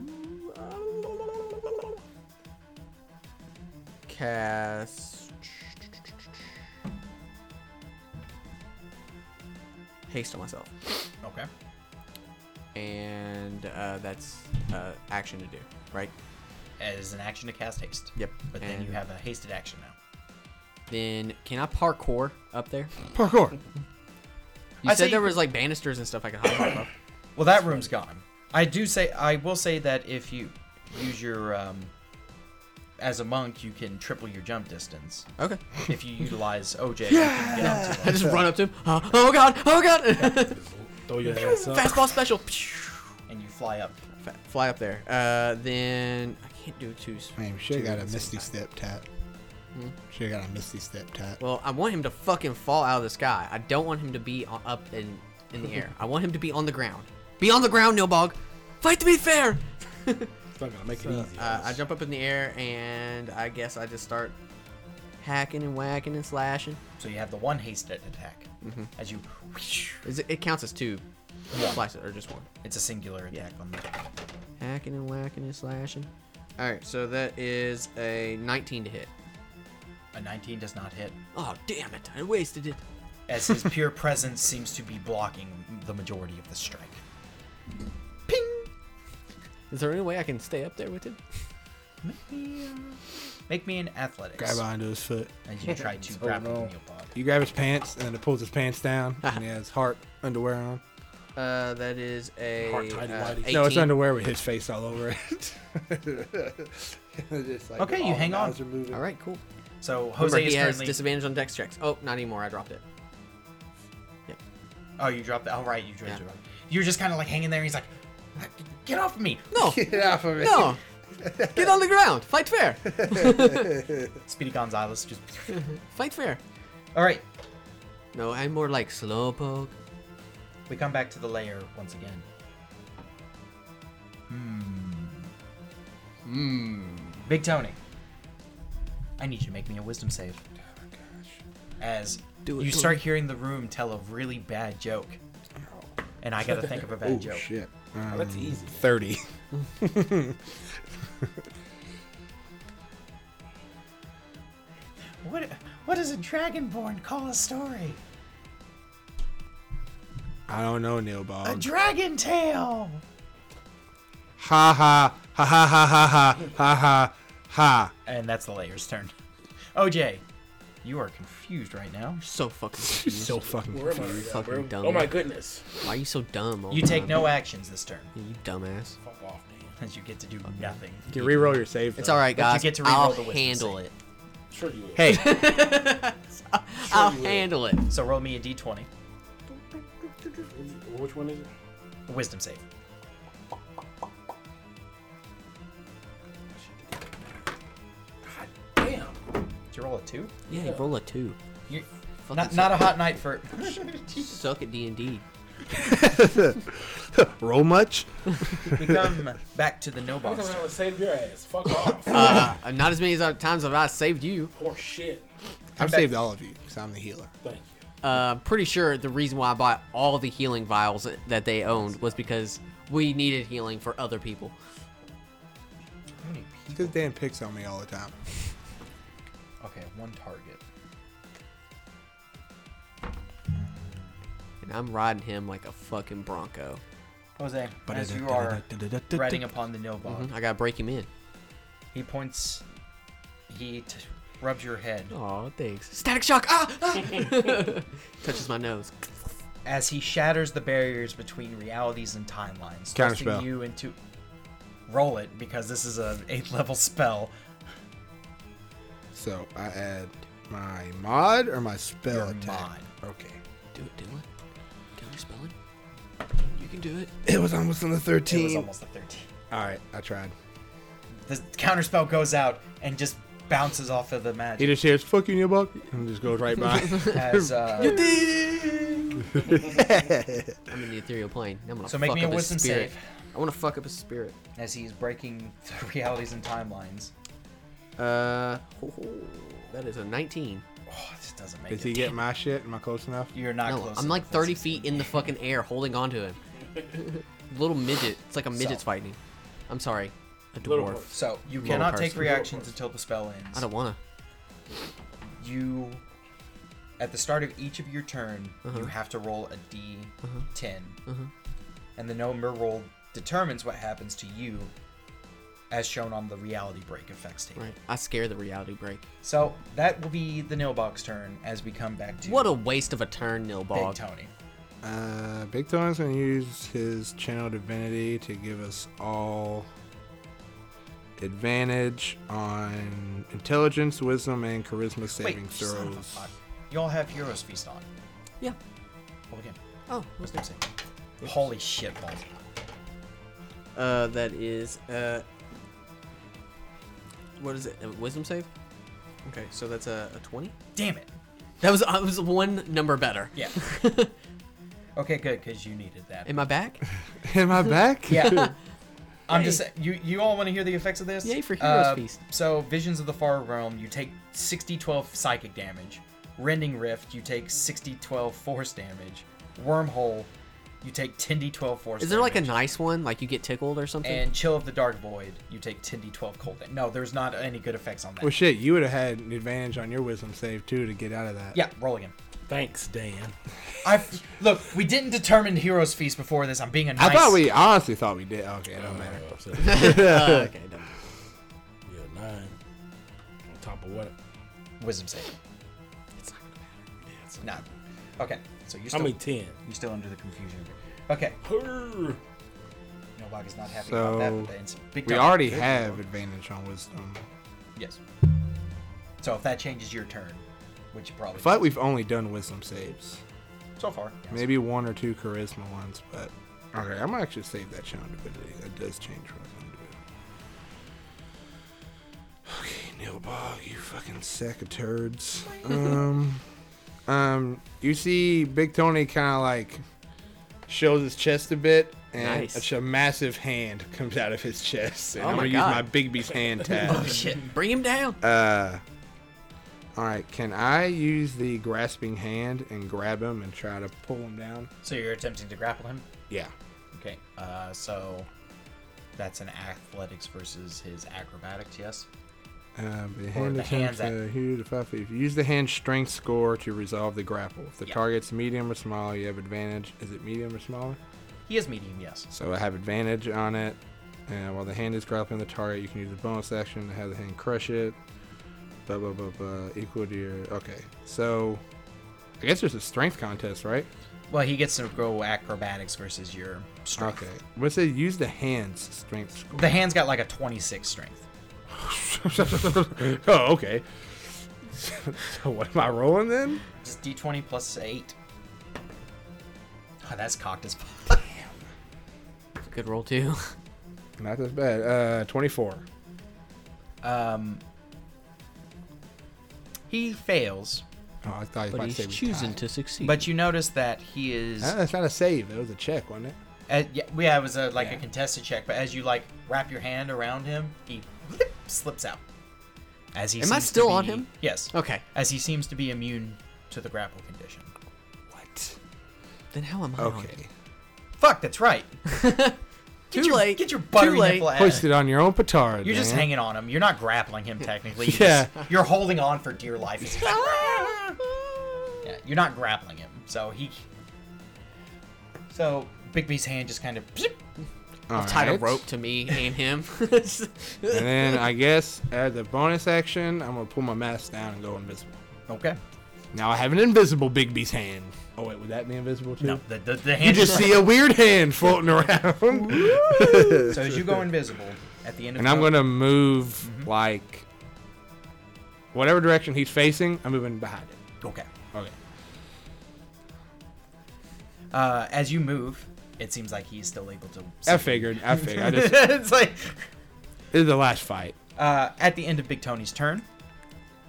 Speaker 6: cast haste on myself,
Speaker 7: okay.
Speaker 6: and uh, that's uh, action to do, right?
Speaker 7: As an action to cast haste.
Speaker 6: Yep.
Speaker 7: But then you
Speaker 6: And-
Speaker 7: have a hasted action now.
Speaker 6: Then can I parkour up there?
Speaker 4: Parkour.
Speaker 6: You
Speaker 7: I
Speaker 6: said
Speaker 7: say
Speaker 6: there
Speaker 7: you
Speaker 6: was like banisters and stuff I could hop up.
Speaker 7: Well, that room's gone. I do say I will say that if you use your um, as a monk, you can triple your jump distance.
Speaker 6: Okay.
Speaker 7: If you utilize OJ, you can get up to
Speaker 6: I just run up to him. Oh, oh god! Oh god!
Speaker 3: Throw your ass up.
Speaker 6: Fastball special.
Speaker 7: and you fly up.
Speaker 6: Fa- fly up there. Uh, then I can't do two. s-
Speaker 4: Damn, should have
Speaker 6: two
Speaker 4: got a
Speaker 6: at the
Speaker 4: Misty
Speaker 6: same time.
Speaker 4: Step tap.
Speaker 6: Hmm?
Speaker 4: Should have got a Misty Step tap.
Speaker 6: Well, I want him to fucking fall out of the sky. I don't want him to be on, up in in the air. I want him to be on the ground. Be on the ground, Nilbog. Fight to be fair.
Speaker 4: It's not going to make it easy.
Speaker 6: Uh, I jump up in the air and I guess I just start hacking and whacking and slashing.
Speaker 7: So you have the one hasted attack. As you,
Speaker 6: Mm-hmm. Is it, it counts as two slices or just one?
Speaker 7: it's a singular attack on the.
Speaker 6: Hacking and whacking and slashing. All right, so that is a 19 to hit.
Speaker 7: A 19 does not hit,
Speaker 6: Oh damn it! I wasted it.
Speaker 7: as his pure presence seems to be blocking the majority of the strike.
Speaker 6: Is there any way I can stay up there with him?
Speaker 7: Make me an athletics.
Speaker 4: Grab onto his foot.
Speaker 7: As you try to grapple the Neopod.
Speaker 4: You grab his pants, and then it pulls his pants down, and he has heart underwear on.
Speaker 6: Uh, that is a
Speaker 3: Hard tidy
Speaker 6: uh,
Speaker 3: whities.
Speaker 6: 18.
Speaker 4: No, it's underwear with his face all over it. Just like
Speaker 7: Okay, you
Speaker 4: all
Speaker 7: hang
Speaker 4: the
Speaker 7: on.
Speaker 4: mouths are moving.
Speaker 6: All right, cool.
Speaker 7: So
Speaker 6: Remember,
Speaker 7: Jose
Speaker 6: he
Speaker 7: is
Speaker 6: has
Speaker 7: currently.
Speaker 6: disadvantage on dex checks. Oh, not anymore. I dropped it.
Speaker 7: oh, you dropped that. Oh, right, you dropped
Speaker 6: Yeah.
Speaker 7: it. You're just kind of like hanging there. And he's like, "Get off of me!"
Speaker 6: No,
Speaker 4: Get off of it.
Speaker 6: no. Get on the ground. Fight fair.
Speaker 7: Speedy Gonzalez just.
Speaker 6: Fight fair.
Speaker 7: All right,
Speaker 6: No, I'm more like slowpoke.
Speaker 7: we come back to the layer once again. Hmm. Hmm. Big Tony. I need you to make me a wisdom save.
Speaker 4: Oh,
Speaker 7: As
Speaker 6: Do it,
Speaker 7: you
Speaker 6: Tony.
Speaker 7: start hearing the room tell a really bad joke, and I gotta think of a bad
Speaker 4: Oh,
Speaker 7: joke.
Speaker 4: shit.
Speaker 3: That's easy.
Speaker 4: 30.
Speaker 7: What? What does a dragonborn call a story?
Speaker 4: I don't know, Neil Bog.
Speaker 7: dragon tail.
Speaker 4: ha ha. Ha ha ha ha ha. Ha ha. Ha.
Speaker 7: And that's the layer's turn. OJ, you are confused right now.
Speaker 6: So fucking confused.
Speaker 4: So fucking
Speaker 3: Where am I right now,
Speaker 6: Fucking
Speaker 3: bro?
Speaker 6: dumb.
Speaker 3: Oh my goodness.
Speaker 6: Why are you so dumb? all
Speaker 7: You
Speaker 6: the
Speaker 7: take
Speaker 6: time?
Speaker 7: no actions this turn,
Speaker 6: You dumbass.
Speaker 3: Fuck off, man.
Speaker 7: as you get to do nothing.
Speaker 4: You reroll your save.
Speaker 6: It's
Speaker 4: though.
Speaker 6: all right,
Speaker 7: But you
Speaker 6: guys.
Speaker 7: get to reroll
Speaker 6: I'll
Speaker 7: the wisdom
Speaker 6: handle
Speaker 7: save.
Speaker 6: it.
Speaker 3: Sure you will.
Speaker 4: Hey,
Speaker 6: I'll handle it.
Speaker 7: So roll me a d20,
Speaker 3: Which one is it?
Speaker 7: wisdom save.
Speaker 3: Damn.
Speaker 7: Did you roll a two?
Speaker 6: Yeah, you roll a two.
Speaker 7: You,
Speaker 6: Fucking
Speaker 7: not,
Speaker 6: suck.
Speaker 7: not a hot night for.
Speaker 6: suck at D and D.
Speaker 4: roll much?
Speaker 7: we come back to the no
Speaker 3: I'm
Speaker 7: box.
Speaker 3: gonna have to save your ass. Fuck off.
Speaker 6: Uh, not as many as times have I saved you.
Speaker 3: Poor shit.
Speaker 4: I've saved all of you because I'm the healer.
Speaker 3: Thank you.
Speaker 6: Uh, I'm pretty sure the reason why I bought all the healing vials that they owned was because we needed healing for other people.
Speaker 4: Because Dan picks on me all the time.
Speaker 7: Okay, one target.
Speaker 6: And I'm riding him like a fucking Bronco.
Speaker 7: Jose, as you are
Speaker 6: Mm-hmm.
Speaker 7: riding upon the no box,
Speaker 6: I gotta break him in.
Speaker 7: he points. He t- rubs your head
Speaker 6: Aw, thanks. Static shock. Ah! ah! Touches my nose.
Speaker 7: as he shatters the barriers between realities and timelines, thrusting
Speaker 4: Counterspell.
Speaker 7: you into roll it because this is an eighth level spell.
Speaker 4: So I add my mod or my spell
Speaker 7: Your
Speaker 4: attack.
Speaker 7: mod.
Speaker 4: Okay.
Speaker 6: Do it, Dylan. Dylan, spell it. You can do it.
Speaker 4: It was almost on the
Speaker 7: It was
Speaker 4: 13.
Speaker 7: almost a thirteen.
Speaker 4: All right, I tried.
Speaker 7: The counter spell goes out and just bounces off of the
Speaker 4: He
Speaker 7: magic
Speaker 4: just hears "fuck you in your butt" and just goes right by.
Speaker 7: as uh,
Speaker 6: I'm in the ethereal plane. I'm gonna
Speaker 7: So make
Speaker 6: fuck
Speaker 7: me a
Speaker 6: up his
Speaker 7: wisdom
Speaker 6: spirit.
Speaker 7: save.
Speaker 6: I want to fuck up his spirit.
Speaker 7: as he's breaking the realities and timelines.
Speaker 6: Uh, ho, ho. that is a 19.
Speaker 7: Oh, this doesn't make
Speaker 4: Does
Speaker 7: it.
Speaker 4: he get my shit? Am I close enough?
Speaker 7: You're not
Speaker 6: No,
Speaker 7: close.
Speaker 6: I'm like
Speaker 7: enough.
Speaker 6: 30 feet in the fucking air, holding onto him. Little midget. It's like a midget's fighting me. I'm sorry, a
Speaker 3: Little
Speaker 6: dwarf.
Speaker 3: dwarf.
Speaker 7: So you cannot take
Speaker 6: person.
Speaker 7: reactions until the spell ends.
Speaker 6: I don't wanna.
Speaker 7: you at the start of each of your turn
Speaker 6: Uh-huh.
Speaker 7: you have to roll a D 10 and the number rolled determines what happens to you as shown on the reality break effects table
Speaker 6: Right. I scare the reality break.
Speaker 7: so that will be the nilbox turn as we come back to
Speaker 6: What a waste of a turn,
Speaker 7: big
Speaker 6: Nilbog.
Speaker 7: tony
Speaker 4: Uh, Big Tone's gonna use his channel divinity to give us all advantage on intelligence, wisdom, and charisma saving
Speaker 7: wait son of a
Speaker 4: throws.
Speaker 7: fuck. you all have heroes feast on
Speaker 6: Yeah.
Speaker 7: Roll again
Speaker 6: Oh, what's that?
Speaker 7: holy shit balls.
Speaker 6: Uh, that is uh. What is it? A wisdom save. Okay, so that's a a 20.
Speaker 7: damn it
Speaker 6: That was I was one number better.
Speaker 7: yeah okay good because you needed that
Speaker 6: Am I back?
Speaker 4: Am I back?
Speaker 7: Yeah. I'm just you you all want to hear the effects of this? Uh,
Speaker 6: Yay for Heroes Feast.
Speaker 7: So Visions of the Far Realm, you take 60 12 psychic damage. Rending Rift, you take 60 12 force damage. Wormhole, you take 10d12 force damage.
Speaker 6: Is there like a nice one? Like you get tickled or something?
Speaker 7: and Chill of the Dark Void, you take 10d12 cold damage. No, there's not any good effects on that.
Speaker 4: Well, shit, you would have had an advantage on your wisdom save too to get out of that.
Speaker 7: yeah, roll again.
Speaker 3: Thanks, Dan.
Speaker 7: I look, we didn't determine Heroes Feast before this. I'm being a nice
Speaker 4: I thought we I honestly thought we did. Okay, it don't matter.
Speaker 3: Uh, so- yeah,
Speaker 6: Uh, okay. no.
Speaker 3: nine. On top of what?
Speaker 7: wisdom save.
Speaker 6: It's not gonna matter.
Speaker 7: Nah. Okay. So you're
Speaker 3: I
Speaker 7: still
Speaker 3: mean, ten.
Speaker 7: you're still under the confusion. Okay.
Speaker 3: Purr.
Speaker 7: Nobag is not happy about that,
Speaker 4: So,
Speaker 7: but it's a big
Speaker 4: We
Speaker 7: dumb-
Speaker 4: already have advantage on wisdom.
Speaker 7: Yes. So if that changes your turn, which it probably
Speaker 4: I feel like
Speaker 7: does.
Speaker 4: we've only done wisdom saves.
Speaker 7: so far. yes.
Speaker 4: Maybe one or two charisma ones, but okay, I'm gonna actually save that channel divinity. That does change what I'm gonna do. Okay, Nilbog, you fucking sack of turds. Um, um, you see Big Tony kind of like shows his chest a bit, and
Speaker 6: Nice.
Speaker 4: a, ch- massive hand comes out of his chest, and
Speaker 6: Oh
Speaker 4: I'm
Speaker 6: my
Speaker 4: gonna use
Speaker 6: God.
Speaker 4: my Bigby's hand
Speaker 6: Oh
Speaker 4: tag.
Speaker 6: shit! Bring him down.
Speaker 4: uh, all right, can I use the grasping hand and grab him and try to pull him down?
Speaker 7: So you're attempting to grapple him.
Speaker 4: Yeah.
Speaker 7: Okay. Uh, so that's an athletics versus his acrobatics. Yes.
Speaker 4: Um, the
Speaker 7: Or
Speaker 4: hand the
Speaker 7: the hands
Speaker 4: attempts to hit the five feet. If you use the hand strength score to resolve the grapple. If the
Speaker 7: Yeah.
Speaker 4: target's medium or smaller, you have advantage. Is it medium or smaller?
Speaker 7: He is medium. Yes.
Speaker 4: So I have advantage on it. And while the hand is grappling the target, you can use a bonus action to have the hand crush it. Blah blah blah blah. Equal to your okay. So I guess there's a strength contest, right?
Speaker 7: Well, he gets to go acrobatics versus your strength.
Speaker 4: Okay. What's it? Use the hands strength score.
Speaker 7: The hand's got like a 26 strength.
Speaker 4: oh, okay. so what am I rolling then?
Speaker 7: Just d20 plus eight. Oh, that's cocked as fuck.
Speaker 6: It's a good roll too.
Speaker 4: Not that bad. Uh, twenty-four.
Speaker 7: Um. He fails,
Speaker 4: Oh, I thought you were
Speaker 6: But
Speaker 4: about to say
Speaker 6: he's
Speaker 4: we
Speaker 6: choosing
Speaker 4: tied.
Speaker 6: to succeed.
Speaker 7: but you notice that he is.
Speaker 4: Uh, That's not a save. That was a check, wasn't it?
Speaker 7: Uh, yeah, well, yeah, it was a, like a
Speaker 4: Yeah.
Speaker 7: contested check, but as you like wrap your hand around him, he blip, slips out. As he
Speaker 6: Am I
Speaker 7: seems to
Speaker 6: still on
Speaker 7: be-
Speaker 6: him? Oh.
Speaker 7: Yes.
Speaker 6: okay.
Speaker 7: As he seems to be immune to the grapple condition.
Speaker 4: What?
Speaker 6: Then how am I? on it?
Speaker 4: Okay.
Speaker 7: Fuck, that's right.
Speaker 6: Too
Speaker 7: Get your,
Speaker 6: late.
Speaker 7: Get your
Speaker 6: Too
Speaker 7: buttery
Speaker 6: late.
Speaker 7: nipple out.
Speaker 4: Hoist it on your own petard.
Speaker 7: You're just
Speaker 4: man.
Speaker 7: hanging on him. You're not grappling him technically. You're
Speaker 4: Yeah.
Speaker 7: just- you're holding on for dear life. He's like, "Ah." yeah, you're not grappling him, so he. So Bigby's hand just kind of.
Speaker 4: All
Speaker 6: Tied a
Speaker 4: right.
Speaker 6: rope to me and him.
Speaker 4: And then I guess as a bonus action, I'm gonna pull my mask down and go invisible.
Speaker 7: Okay.
Speaker 4: Now I have an invisible Bigby's hand. Oh wait, would that be invisible too?
Speaker 7: No, the, the, the
Speaker 4: Hmm. You
Speaker 7: hand
Speaker 4: just see a weird hand floating around.
Speaker 7: So as you go invisible, at the end of
Speaker 4: and I'm
Speaker 7: your-
Speaker 4: gonna move like whatever direction he's facing. I'm moving behind it.
Speaker 7: Okay.
Speaker 4: Okay.
Speaker 7: Uh, as you move, it seems like he's still able to.
Speaker 4: I
Speaker 7: see.
Speaker 4: figured. I figured. I just
Speaker 7: it's like
Speaker 4: this is the last fight.
Speaker 7: uh, at the end of Big Tony's turn,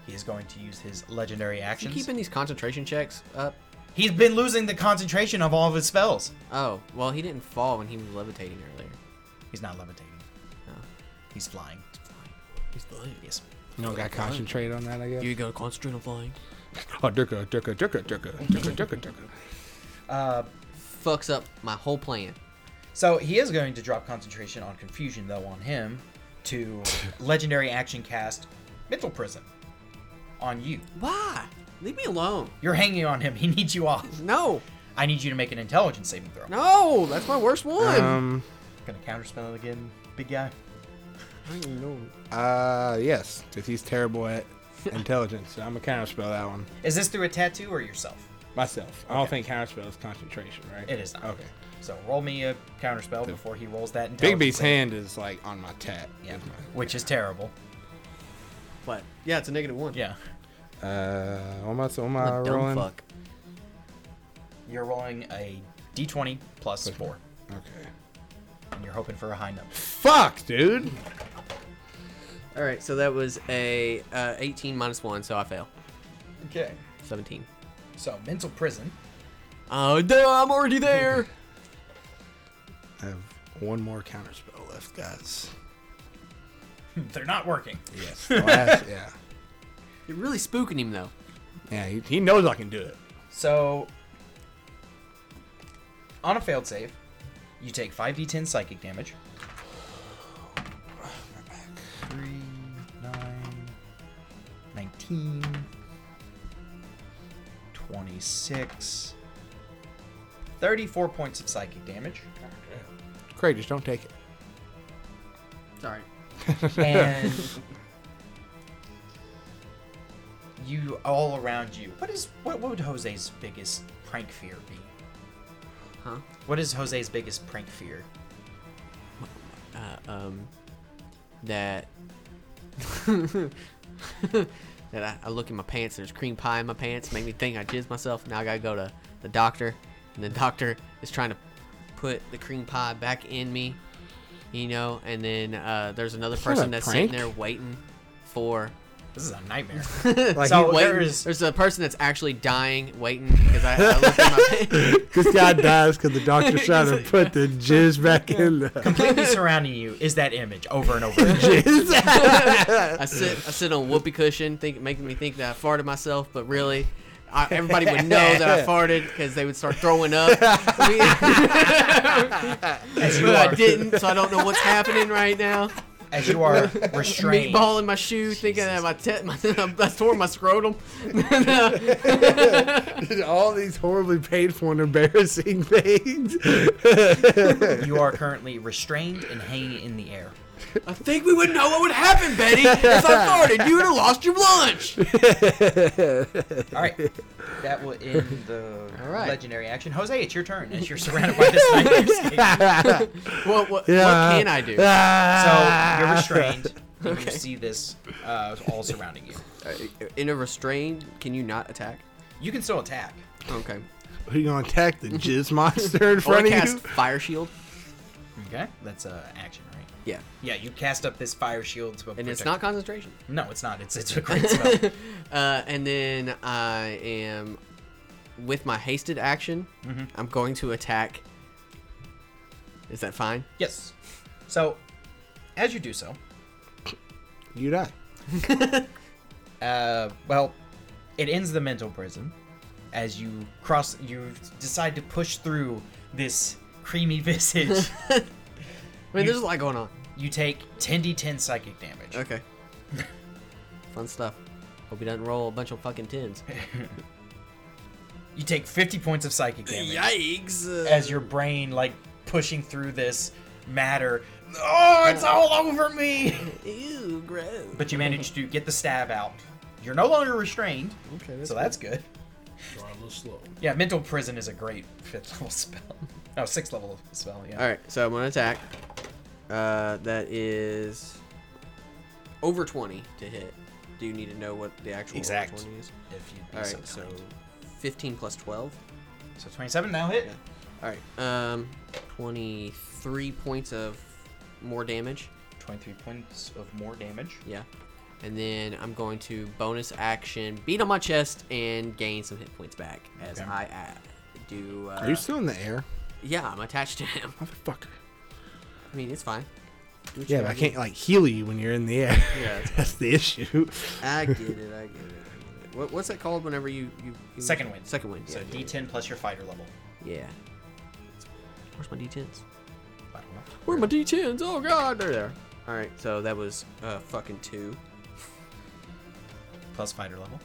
Speaker 7: he is going to use his legendary actions.
Speaker 6: Keeping these concentration checks up.
Speaker 7: He's been losing the concentration of all of his spells.
Speaker 6: Oh, well, he didn't fall when he was levitating earlier.
Speaker 7: He's not levitating.
Speaker 6: No.
Speaker 7: He's flying.
Speaker 6: He's flying.
Speaker 7: Yes.
Speaker 4: You don't got to concentrate on that, I guess.
Speaker 6: You gotta concentrate on flying.
Speaker 4: Oh, Durka, Durka, Durka, Durka, Durka, Durka, Durka.
Speaker 7: Uh,
Speaker 6: Fucks up my whole plan.
Speaker 7: so he is going to drop concentration on confusion though on him to legendary action cast mental prison on you.
Speaker 6: Why? Ah, Leave me alone.
Speaker 7: You're hanging on him. He needs you off.
Speaker 6: No.
Speaker 7: I need you to make an intelligence saving throw.
Speaker 6: No, that's my worst one.
Speaker 4: Um.
Speaker 7: Gonna counterspell it again, big guy.
Speaker 4: Uh. Yes, because he's terrible at intelligence. So I'm gonna counterspell that one
Speaker 7: Is this through a tattoo or yourself?
Speaker 4: myself. I don't think counterspell is concentration, right?
Speaker 7: It is not.
Speaker 4: Okay.
Speaker 7: So roll me a counterspell before he rolls that.
Speaker 4: Big
Speaker 7: intelligence
Speaker 4: B's
Speaker 7: save.
Speaker 4: hand is like on my tat.
Speaker 7: Yeah, which is terrible.
Speaker 6: What? Yeah, it's a negative one.
Speaker 7: Yeah.
Speaker 4: Uh. What am I, what am
Speaker 6: I'm
Speaker 4: I
Speaker 6: a dumb
Speaker 4: rolling?
Speaker 6: fuck.
Speaker 7: You're rolling a d20 plus four,
Speaker 4: Okay.
Speaker 7: and you're hoping for a high number.
Speaker 4: Fuck, dude.
Speaker 6: All right, so that was a uh, 18 minus one, so I fail.
Speaker 7: Okay.
Speaker 6: 17.
Speaker 7: So mental prison.
Speaker 6: Oh, duh, I'm already there.
Speaker 4: I have one more counterspell left, guys.
Speaker 7: They're not working.
Speaker 4: Yes. the last- yeah.
Speaker 6: You're really spooking him though.
Speaker 4: Yeah. He, he knows I can do it.
Speaker 7: So on a failed save, you take 5d10 psychic damage. 3, 9, 19, 26, 34 points of psychic damage.
Speaker 4: Craig, just don't take it.
Speaker 6: Sorry.
Speaker 7: and you all around you. What is what, what would Jose's biggest prank fear be?
Speaker 6: Huh?
Speaker 7: What is Jose's biggest prank fear?
Speaker 6: Uh, um, that that I, I look in my pants. There's cream pie in my pants. Make me think I jizzed myself. Now I gotta go to the doctor, and the doctor is trying to put the cream pie back in me. You know, and then uh, there's another
Speaker 4: not
Speaker 6: person
Speaker 4: a
Speaker 6: that's
Speaker 4: prank.
Speaker 6: sitting there waiting for
Speaker 7: This is a nightmare.
Speaker 4: Like,
Speaker 7: so
Speaker 6: waiting.
Speaker 7: there is
Speaker 6: There's a person that's actually dying, waiting because I, I looked at my pants.
Speaker 4: this guy dies because the doctor's trying to put the jizz back in the.
Speaker 7: completely surrounding you is that image over and over again.
Speaker 6: I sit, I sit on a whoopee cushion, think, making me think that I farted myself, but really, I, everybody would know that I farted because they would start throwing up.
Speaker 7: As you
Speaker 6: but I
Speaker 7: are,
Speaker 6: didn't, so I don't know what's happening right now.
Speaker 7: as you are restrained.
Speaker 6: Meatball in my shoe, thinking that my, te- my I tore my scrotum.
Speaker 4: All these horribly painful and embarrassing things.
Speaker 7: You are currently restrained and hanging in the air.
Speaker 6: I think we would know what would happen, Betty, if I farted. You would have lost your lunch.
Speaker 7: All right, that will end the
Speaker 6: All right.
Speaker 7: legendary action. Jose, it's your turn as you're surrounded by this nightmare scape.
Speaker 6: What, what,
Speaker 4: Yeah. Ah.
Speaker 6: what can I do?
Speaker 7: So you're restrained. and You see this uh, all surrounding you.
Speaker 6: Uh, In a restraint, can you not attack?
Speaker 7: You can still attack.
Speaker 6: Okay.
Speaker 4: Are you gonna attack the jizz monster in
Speaker 6: I want
Speaker 4: front
Speaker 6: to
Speaker 4: of
Speaker 6: cast
Speaker 4: you?
Speaker 6: Fire Shield.
Speaker 7: Okay, that's uh, action, right?
Speaker 6: Yeah.
Speaker 7: Yeah, you cast up this fire shield to.
Speaker 6: And it's not concentration.
Speaker 7: No, it's not. It's it's a great spell.
Speaker 6: Uh, and then I am, with my hasted action,
Speaker 7: Mm-hmm.
Speaker 6: I'm going to attack. Is that fine?
Speaker 7: yes. So, as you do so,
Speaker 4: You die.
Speaker 7: uh, well, it ends the mental prison. As you cross, you decide to push through this creamy visage.
Speaker 6: I mean, there's a lot going on.
Speaker 7: you take 10d10 psychic damage.
Speaker 6: Okay. Fun stuff. Hope he doesn't roll a bunch of fucking tens.
Speaker 7: You take 50 points of psychic damage.
Speaker 6: Yikes! uh.
Speaker 7: as your brain like pushing through this matter. Oh, it's all over me!
Speaker 6: Ew, gross.
Speaker 7: But you manage to get the stab out. You're no longer restrained,
Speaker 6: Okay,
Speaker 7: so that's good.
Speaker 3: Draw a little slow.
Speaker 7: Yeah, mental prison is a great fifth level spell. Oh, sixth level spell. Yeah.
Speaker 6: All right, so I'm gonna attack. Uh, that is over 20 to hit. Do you need to know what the actual over
Speaker 7: Exact.
Speaker 6: 20 is?
Speaker 7: If you'd be
Speaker 6: All right,
Speaker 7: so kind.
Speaker 6: so 15 plus 12.
Speaker 7: So 27 now hit.
Speaker 6: All right, um, 23 points of more damage.
Speaker 7: 23 points of more damage.
Speaker 6: Yeah, and then I'm going to bonus action beat on my chest and gain some hit points back as
Speaker 7: Okay.
Speaker 6: I uh, do. Uh,
Speaker 4: Are you still in the air?
Speaker 6: yeah, I'm attached to him.
Speaker 4: Motherfucker.
Speaker 6: I mean, it's fine. Do what you
Speaker 4: Yeah, but I
Speaker 6: gotta do.
Speaker 4: can't like heal you when you're in the air.
Speaker 6: Yeah, it's-
Speaker 4: That's the issue.
Speaker 6: I get it. I get it. I get it. What, what's that called whenever you, you, you
Speaker 7: Second wind.
Speaker 6: Second wind.
Speaker 7: So
Speaker 6: yeah, yeah,
Speaker 7: D10 plus your fighter level.
Speaker 6: Yeah. yeah. Where's my d10s?
Speaker 7: I don't know.
Speaker 6: Where are my d10s? Oh god, they're there. All right, so that was uh fucking two.
Speaker 7: Plus fighter level.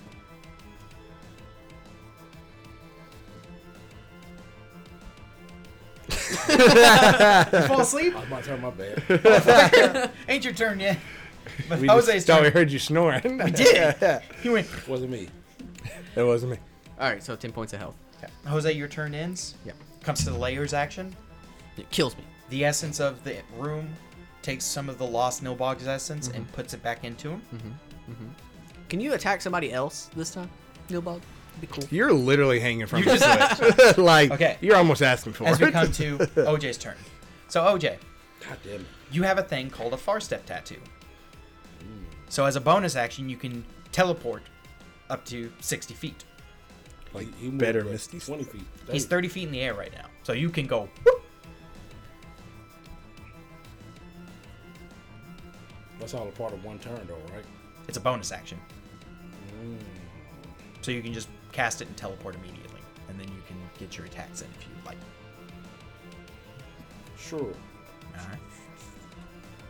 Speaker 7: you fall asleep?
Speaker 3: I'm about to turn my bad.
Speaker 7: Ain't your turn yet. But
Speaker 4: We
Speaker 7: Jose's
Speaker 4: just thought Oh, we
Speaker 7: turn.
Speaker 4: heard you snoring. We
Speaker 7: did. He went.
Speaker 3: Wasn't me.
Speaker 4: it wasn't me.
Speaker 6: All right, so ten points of health.
Speaker 7: Jose, your turn ends.
Speaker 6: Yeah.
Speaker 7: Comes to the layers action.
Speaker 6: It kills me.
Speaker 7: The essence of the room takes some of the lost Nilbog's essence and
Speaker 6: Mm-hmm.
Speaker 7: puts it back into him.
Speaker 6: Can you attack somebody else this time, Nilbog? Be cool.
Speaker 4: You're literally hanging from
Speaker 7: You just do it.
Speaker 4: like
Speaker 7: Okay.
Speaker 4: you're almost asking for
Speaker 7: As we
Speaker 4: it.
Speaker 7: come to OJ's turn. So OJ,
Speaker 3: God damn it.
Speaker 7: you have a thing called a far step tattoo. So as a bonus action, you can teleport up to 60 feet.
Speaker 3: Like he moved
Speaker 4: better
Speaker 3: like
Speaker 4: Misty Step.
Speaker 3: Twenty feet.
Speaker 7: He's
Speaker 3: Dang.
Speaker 7: 30 feet in the air right now. So you can go. whoop.
Speaker 3: That's all a part of one turn, though, right?
Speaker 7: It's a bonus action. So you can just cast it and teleport immediately, and then you can get your attacks in if you like.
Speaker 3: Sure.
Speaker 7: All right.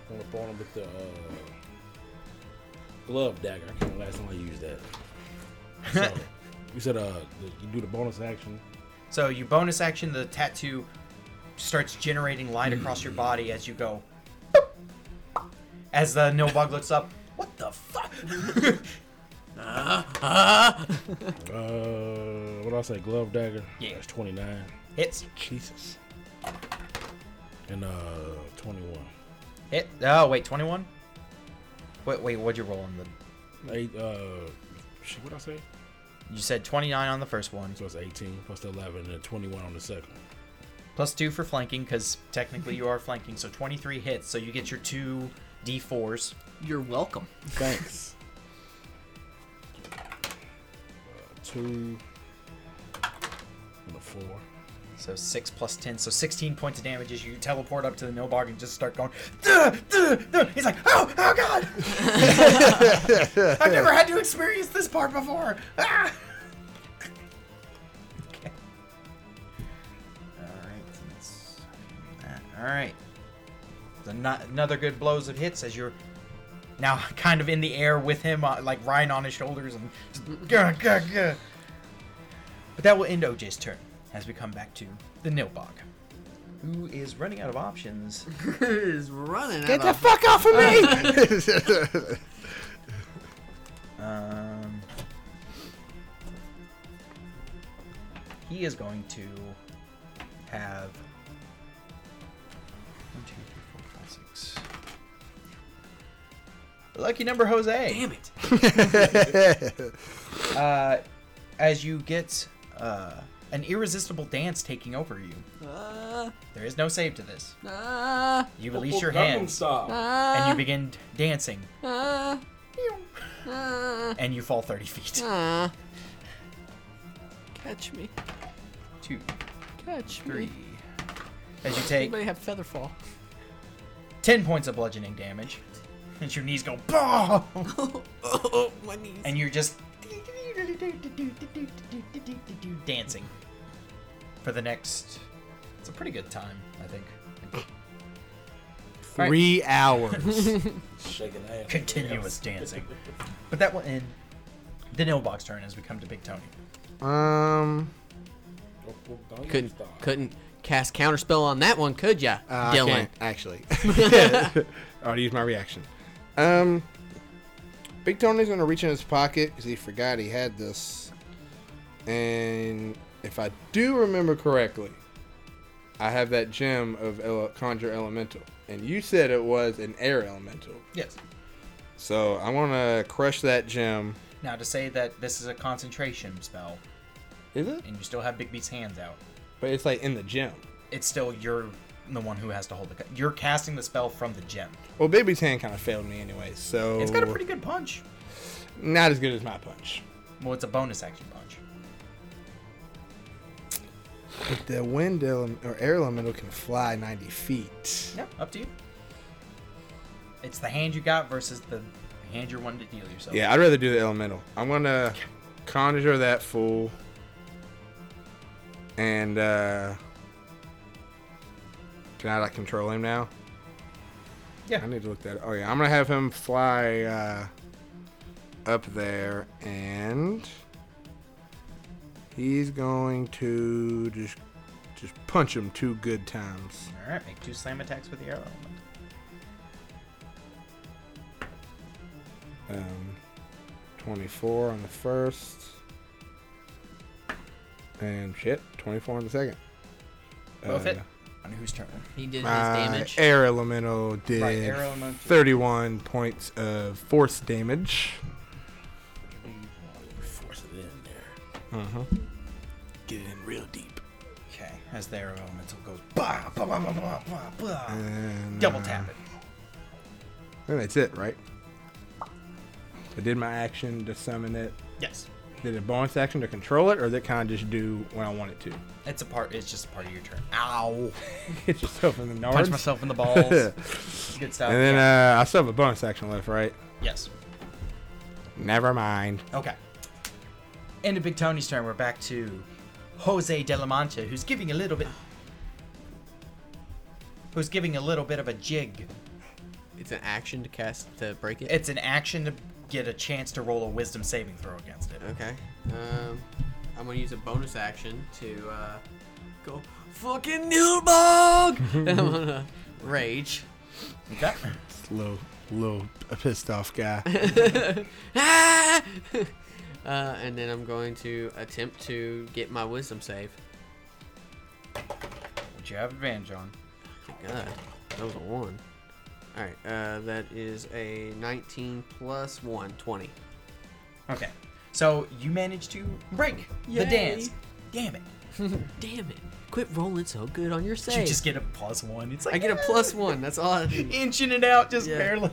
Speaker 3: I'm gonna throw him with the uh, glove dagger. I can't remember the last time I used that. So, you said uh, the, you do the bonus action.
Speaker 7: So you bonus action, the tattoo starts generating light across your body as you go. As the no bug looks up, what the fuck?
Speaker 3: Uh, what I say, glove dagger.
Speaker 7: Yeah.
Speaker 3: That's twenty nine.
Speaker 7: Hits,
Speaker 3: Jesus. And uh, twenty one.
Speaker 7: hit. Oh wait, twenty-one. Wait, wait, what'd you roll on the?
Speaker 3: Eight. Uh, shit, what I say?
Speaker 7: You said twenty-nine on the first one,
Speaker 3: So it's eighteen plus the eleven and twenty one on the second.
Speaker 7: plus two for flanking because technically you are flanking, so twenty-three hits. So you get your two d4s.
Speaker 6: You're welcome.
Speaker 3: Thanks. uh, two and a four.
Speaker 7: So six plus ten, so sixteen points of damage as you teleport up to the no bug and just start going. "Duh, duh, duh." He's like, oh, oh god! I've never had to experience this part before. Ah! okay. All right, so that's that. All right. The, no- another good blows of hits as you're now kind of in the air with him, uh, like riding on his shoulders and. Just, gah, gah, gah. But that will end OJ's turn as we come back to the Nilbog, who is running out of options.
Speaker 6: is running
Speaker 4: Get
Speaker 6: out
Speaker 4: the
Speaker 6: of
Speaker 4: fuck off of me!
Speaker 7: Um, he is going to have one, two, three, four, five, six. Lucky number, Jose.
Speaker 6: Damn it.
Speaker 7: Uh, as you get uh, an irresistible dance taking over you,
Speaker 6: Uh,
Speaker 7: there is no save to this.
Speaker 6: uh,
Speaker 7: You release your hands
Speaker 6: ah,
Speaker 7: and you begin dancing,
Speaker 6: uh, uh,
Speaker 7: and you fall 30 feet.
Speaker 5: Ah.
Speaker 6: uh. Catch me.
Speaker 7: Two,
Speaker 6: Catch
Speaker 7: three.
Speaker 6: me.
Speaker 7: As you take
Speaker 6: Anybody have feather fall?
Speaker 7: 10 points of bludgeoning damage. And your knees go, bah!
Speaker 6: oh, my knees.
Speaker 7: and you're just dancing for the next. It's a pretty good time, I think.
Speaker 4: Three hours.
Speaker 3: Shaking ass.
Speaker 7: Continuous dancing. But that will end the Nilbox turn as we come to Big Tony.
Speaker 4: um,
Speaker 3: Oh,
Speaker 6: Couldn't couldn't cast counterspell on that one, could ya,
Speaker 4: Uh, I
Speaker 6: Dylan?
Speaker 4: can't, actually. I'll use my reaction. Um, Big Tony's gonna reach in his pocket because he forgot he had this. And if I do remember correctly, I have that gem of ele- Conjure Elemental, and you said it was an Air Elemental.
Speaker 7: Yes.
Speaker 4: So I want to crush that gem.
Speaker 7: Now to say that this is a concentration spell
Speaker 4: Is it?
Speaker 7: and you still have Bigby's hands out,
Speaker 4: But it's like in the gem.
Speaker 7: it's still you're the one who has to hold the. ca- You're casting the spell from the gem.
Speaker 4: Well, Baby's hand kind of failed me anyway, so
Speaker 7: It's got a pretty good punch.
Speaker 4: not as good as my punch.
Speaker 7: Well, it's a bonus action punch.
Speaker 4: But the wind ele- or air elemental can fly 90 feet.
Speaker 7: Yeah, up to you. It's the hand you got versus the hand you're wanting to deal yourself.
Speaker 4: Yeah, I'd rather do the elemental. I'm gonna conjure that fool, and uh, can I like control him now?
Speaker 7: Yeah.
Speaker 4: I need to look that. Oh yeah, I'm gonna have him fly uh, up there, and he's going to just just punch him two good times.
Speaker 7: All right, make two slam attacks with the arrow. element.
Speaker 4: Um, 24 on the first. And shit, 24 on the second. Oh, Uh,
Speaker 7: Both hit. On whose turn?
Speaker 6: He did his
Speaker 4: my
Speaker 6: damage.
Speaker 4: Air Elemental did
Speaker 7: Right, air elemental.
Speaker 4: 31 points of force damage.
Speaker 3: Force it in there.
Speaker 4: Uh-huh.
Speaker 3: Get it in real deep.
Speaker 7: Okay, as the arrow elemental goes, bah, bah, bah, bah, bah, bah, bah.
Speaker 4: And,
Speaker 7: double
Speaker 4: uh,
Speaker 7: tap it.
Speaker 4: I think that's it, right? I did my action to summon it.
Speaker 7: Yes,
Speaker 4: Did a bonus action to control it, or did it kind of just do when I want it to?
Speaker 7: it's a part. It's just a part of your turn. Ow!
Speaker 4: it's just open the nards.
Speaker 7: Punch myself in the balls. Good stuff.
Speaker 4: And then
Speaker 7: Yeah.
Speaker 4: uh, I still have a bonus action left, right?
Speaker 7: yes.
Speaker 4: Never mind.
Speaker 7: Okay. End of Big Tony's turn. We're back to Jose Delamonte, who's giving a little bit. Who's giving a little bit of a jig.
Speaker 6: It's an action to cast to break it.
Speaker 7: It's an action to get a chance to roll a wisdom saving throw against it.
Speaker 6: Okay. Um, I'm gonna use a bonus action to uh, go fucking Nilbog, and I'm gonna rage.
Speaker 7: Okay.
Speaker 4: Little, little pissed off guy.
Speaker 6: Ah! uh, and then I'm going to attempt to get my wisdom save.
Speaker 7: Which you have advantage on.
Speaker 6: My God, that was a one. All right, uh, that is a 19 plus one, 20.
Speaker 7: Okay. So you managed to break the
Speaker 6: Yay.
Speaker 7: dance. Damn it.
Speaker 6: Damn it! Quit rolling so good on your
Speaker 7: Did You
Speaker 6: save.
Speaker 7: just get a plus one. It's like
Speaker 6: I get a plus one. That's all. I need.
Speaker 7: inching it out just
Speaker 6: Yeah.
Speaker 7: barely.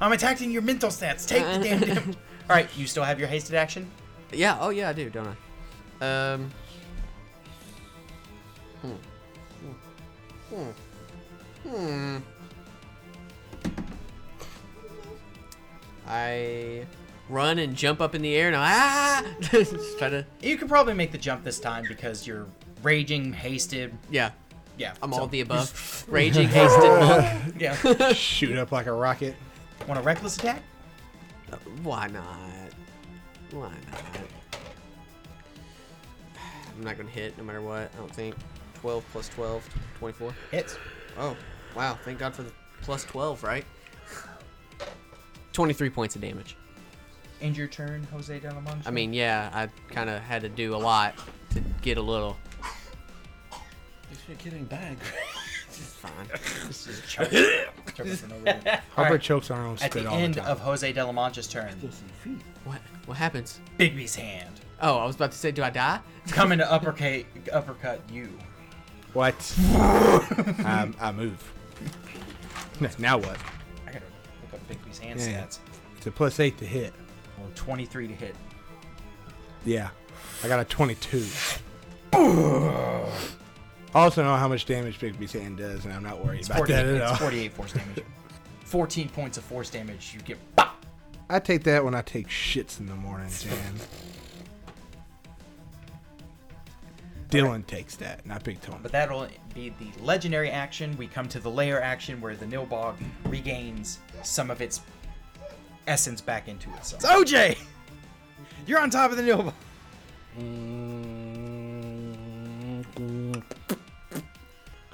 Speaker 7: I'm attacking your mental stats. Take the damn damage. All right, you still have your hasted action.
Speaker 6: Yeah. Oh, yeah, I do, don't I? Um. Hmm. Hmm. Hmm. Hmm. I run and jump up in the air and I ah, just try to
Speaker 7: You could probably make the jump this time because you're raging, hasted.
Speaker 6: yeah.
Speaker 7: Yeah,
Speaker 6: I'm
Speaker 7: so-
Speaker 6: all the above. Raging, hasted, monk.
Speaker 7: Yeah.
Speaker 4: Shoot up like a rocket.
Speaker 7: Want a reckless attack?
Speaker 6: Why not? Why not? I'm not gonna hit no matter what. I don't think. 12 plus 12, 24.
Speaker 7: Hits.
Speaker 6: Oh, wow. Thank God for the plus 12, right? 23 points of damage.
Speaker 7: End your turn, Jose Delamonte.
Speaker 6: I mean, yeah, I kind of had to do a lot to get a little.
Speaker 3: This shit getting bad.
Speaker 6: It's fine.
Speaker 7: this is choke. Choke for no reason.
Speaker 4: Harper
Speaker 7: Alright.
Speaker 4: chokes on her own
Speaker 7: At
Speaker 4: spit
Speaker 7: the
Speaker 4: all the
Speaker 7: end
Speaker 4: time.
Speaker 7: of Jose Delamonte's turn,
Speaker 6: What? What happens?
Speaker 7: Bigby's hand
Speaker 6: Oh, I was about to say, do I die?
Speaker 7: coming to uppercut uppercut you.
Speaker 4: what? I, I move. N- Now what?
Speaker 7: I gotta look up Bigby's hand
Speaker 4: Yeah.
Speaker 7: stats.
Speaker 4: It's a plus eight to hit.
Speaker 7: Well, 23 to hit.
Speaker 4: Yeah, I got a twenty-two. I also know how much damage Big B Sand does, and I'm not worried
Speaker 7: It's
Speaker 4: about that
Speaker 7: 48,
Speaker 4: at
Speaker 7: it's
Speaker 4: all.
Speaker 7: 48 force damage. 14 points of force damage. You get. Bop!
Speaker 4: I take that when I take shits in the morning, Jan. Dylan takes that, not Big Tone.
Speaker 7: But that'll be the legendary action. We come to the layer action where the Nilbog regains some of its essence back into itself. OJ! You're on top of the Nilbog.
Speaker 3: Mm,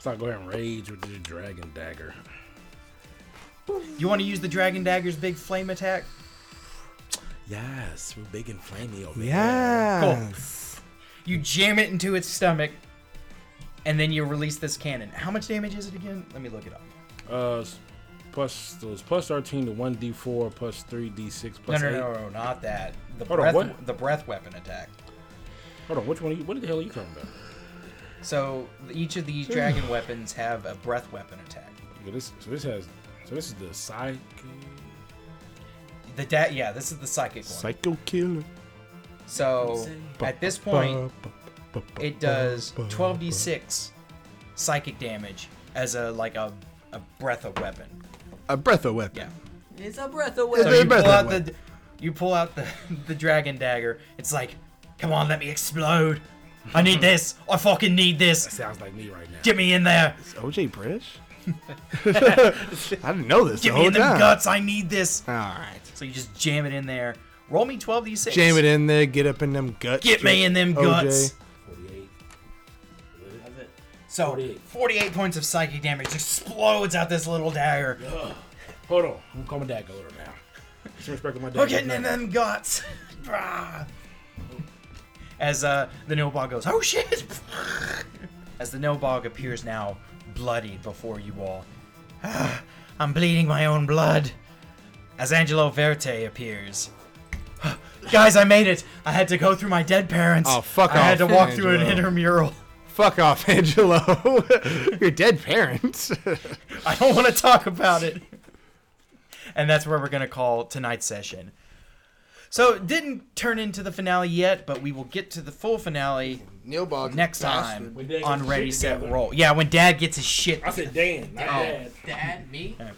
Speaker 3: So I go ahead and rage with the dragon dagger.
Speaker 7: You want to use the dragon dagger's big flame attack?
Speaker 3: Yes, we're big and flamey over
Speaker 7: You jam it into its stomach, and then you release this cannon. How much damage is it again? Let me look it up.
Speaker 3: here. Uh, s- plus those plus thirteen to one d four plus three d six plus
Speaker 7: no,
Speaker 3: eight.
Speaker 7: no, no, no, not that. The
Speaker 3: Hold on,
Speaker 7: breath,
Speaker 3: what?
Speaker 7: the breath weapon attack.
Speaker 3: Hold on, which one? Are you, what the hell are you talking about?
Speaker 7: So each of these dragon weapons have a breath weapon attack.
Speaker 3: Yeah, this, so this has so this is the psychic.
Speaker 7: The da- yeah, this is the psychic one.
Speaker 4: Psycho killer.
Speaker 7: So at this point, it does 12d6 psychic damage as a like a, a breath of weapon.
Speaker 4: A breath of weapon.
Speaker 7: Yeah.
Speaker 6: It's a breath away.
Speaker 7: So you
Speaker 4: breath
Speaker 7: pull out
Speaker 4: of
Speaker 7: the you pull out the the dragon dagger. It's like, come on, let me explode. I need this. I fucking need this.
Speaker 3: Sounds like me right now.
Speaker 7: Get me in there.
Speaker 4: Is OJ British? I didn't know this
Speaker 7: Get
Speaker 4: the
Speaker 7: me
Speaker 4: whole
Speaker 7: in them
Speaker 4: time.
Speaker 7: guts. I need this.
Speaker 4: All right.
Speaker 7: So you just jam it in there. Roll me 12d6.
Speaker 4: Jam it in there. Get up in them guts.
Speaker 7: Get me in them
Speaker 4: OJ.
Speaker 7: guts.
Speaker 3: Forty-eight.
Speaker 7: So 48.
Speaker 3: 48.
Speaker 7: points of psychic damage explodes out this little dagger.
Speaker 3: Hold on, I'm calling my dagger over now. Just respect my dagger.
Speaker 7: We're getting in them guts. Brah. As uh, the Nobog goes, oh shit! As the Nobog appears now, bloodied before you all. "Ah, I'm bleeding my own blood. As Angelo Verte appears. Guys, I made it. I had to go through my dead parents.
Speaker 4: Oh, fuck
Speaker 7: I had to
Speaker 4: off,
Speaker 7: walk through an
Speaker 4: Angelo.
Speaker 7: intramural.
Speaker 4: Fuck off, Angelo. Your dead parents.
Speaker 7: I don't want to talk about it. And that's where we're going to call tonight's session. So it didn't turn into the finale yet, but we will get to the full finale
Speaker 4: Neil Bog.
Speaker 7: next time
Speaker 3: When Dad gets
Speaker 7: on
Speaker 3: his
Speaker 7: Ready
Speaker 3: shit
Speaker 7: Set
Speaker 3: together.
Speaker 7: Roll. Yeah, when Dad gets his shit. Oh.
Speaker 3: I said Dan, not Dad.
Speaker 6: Dad, me?
Speaker 7: Alright.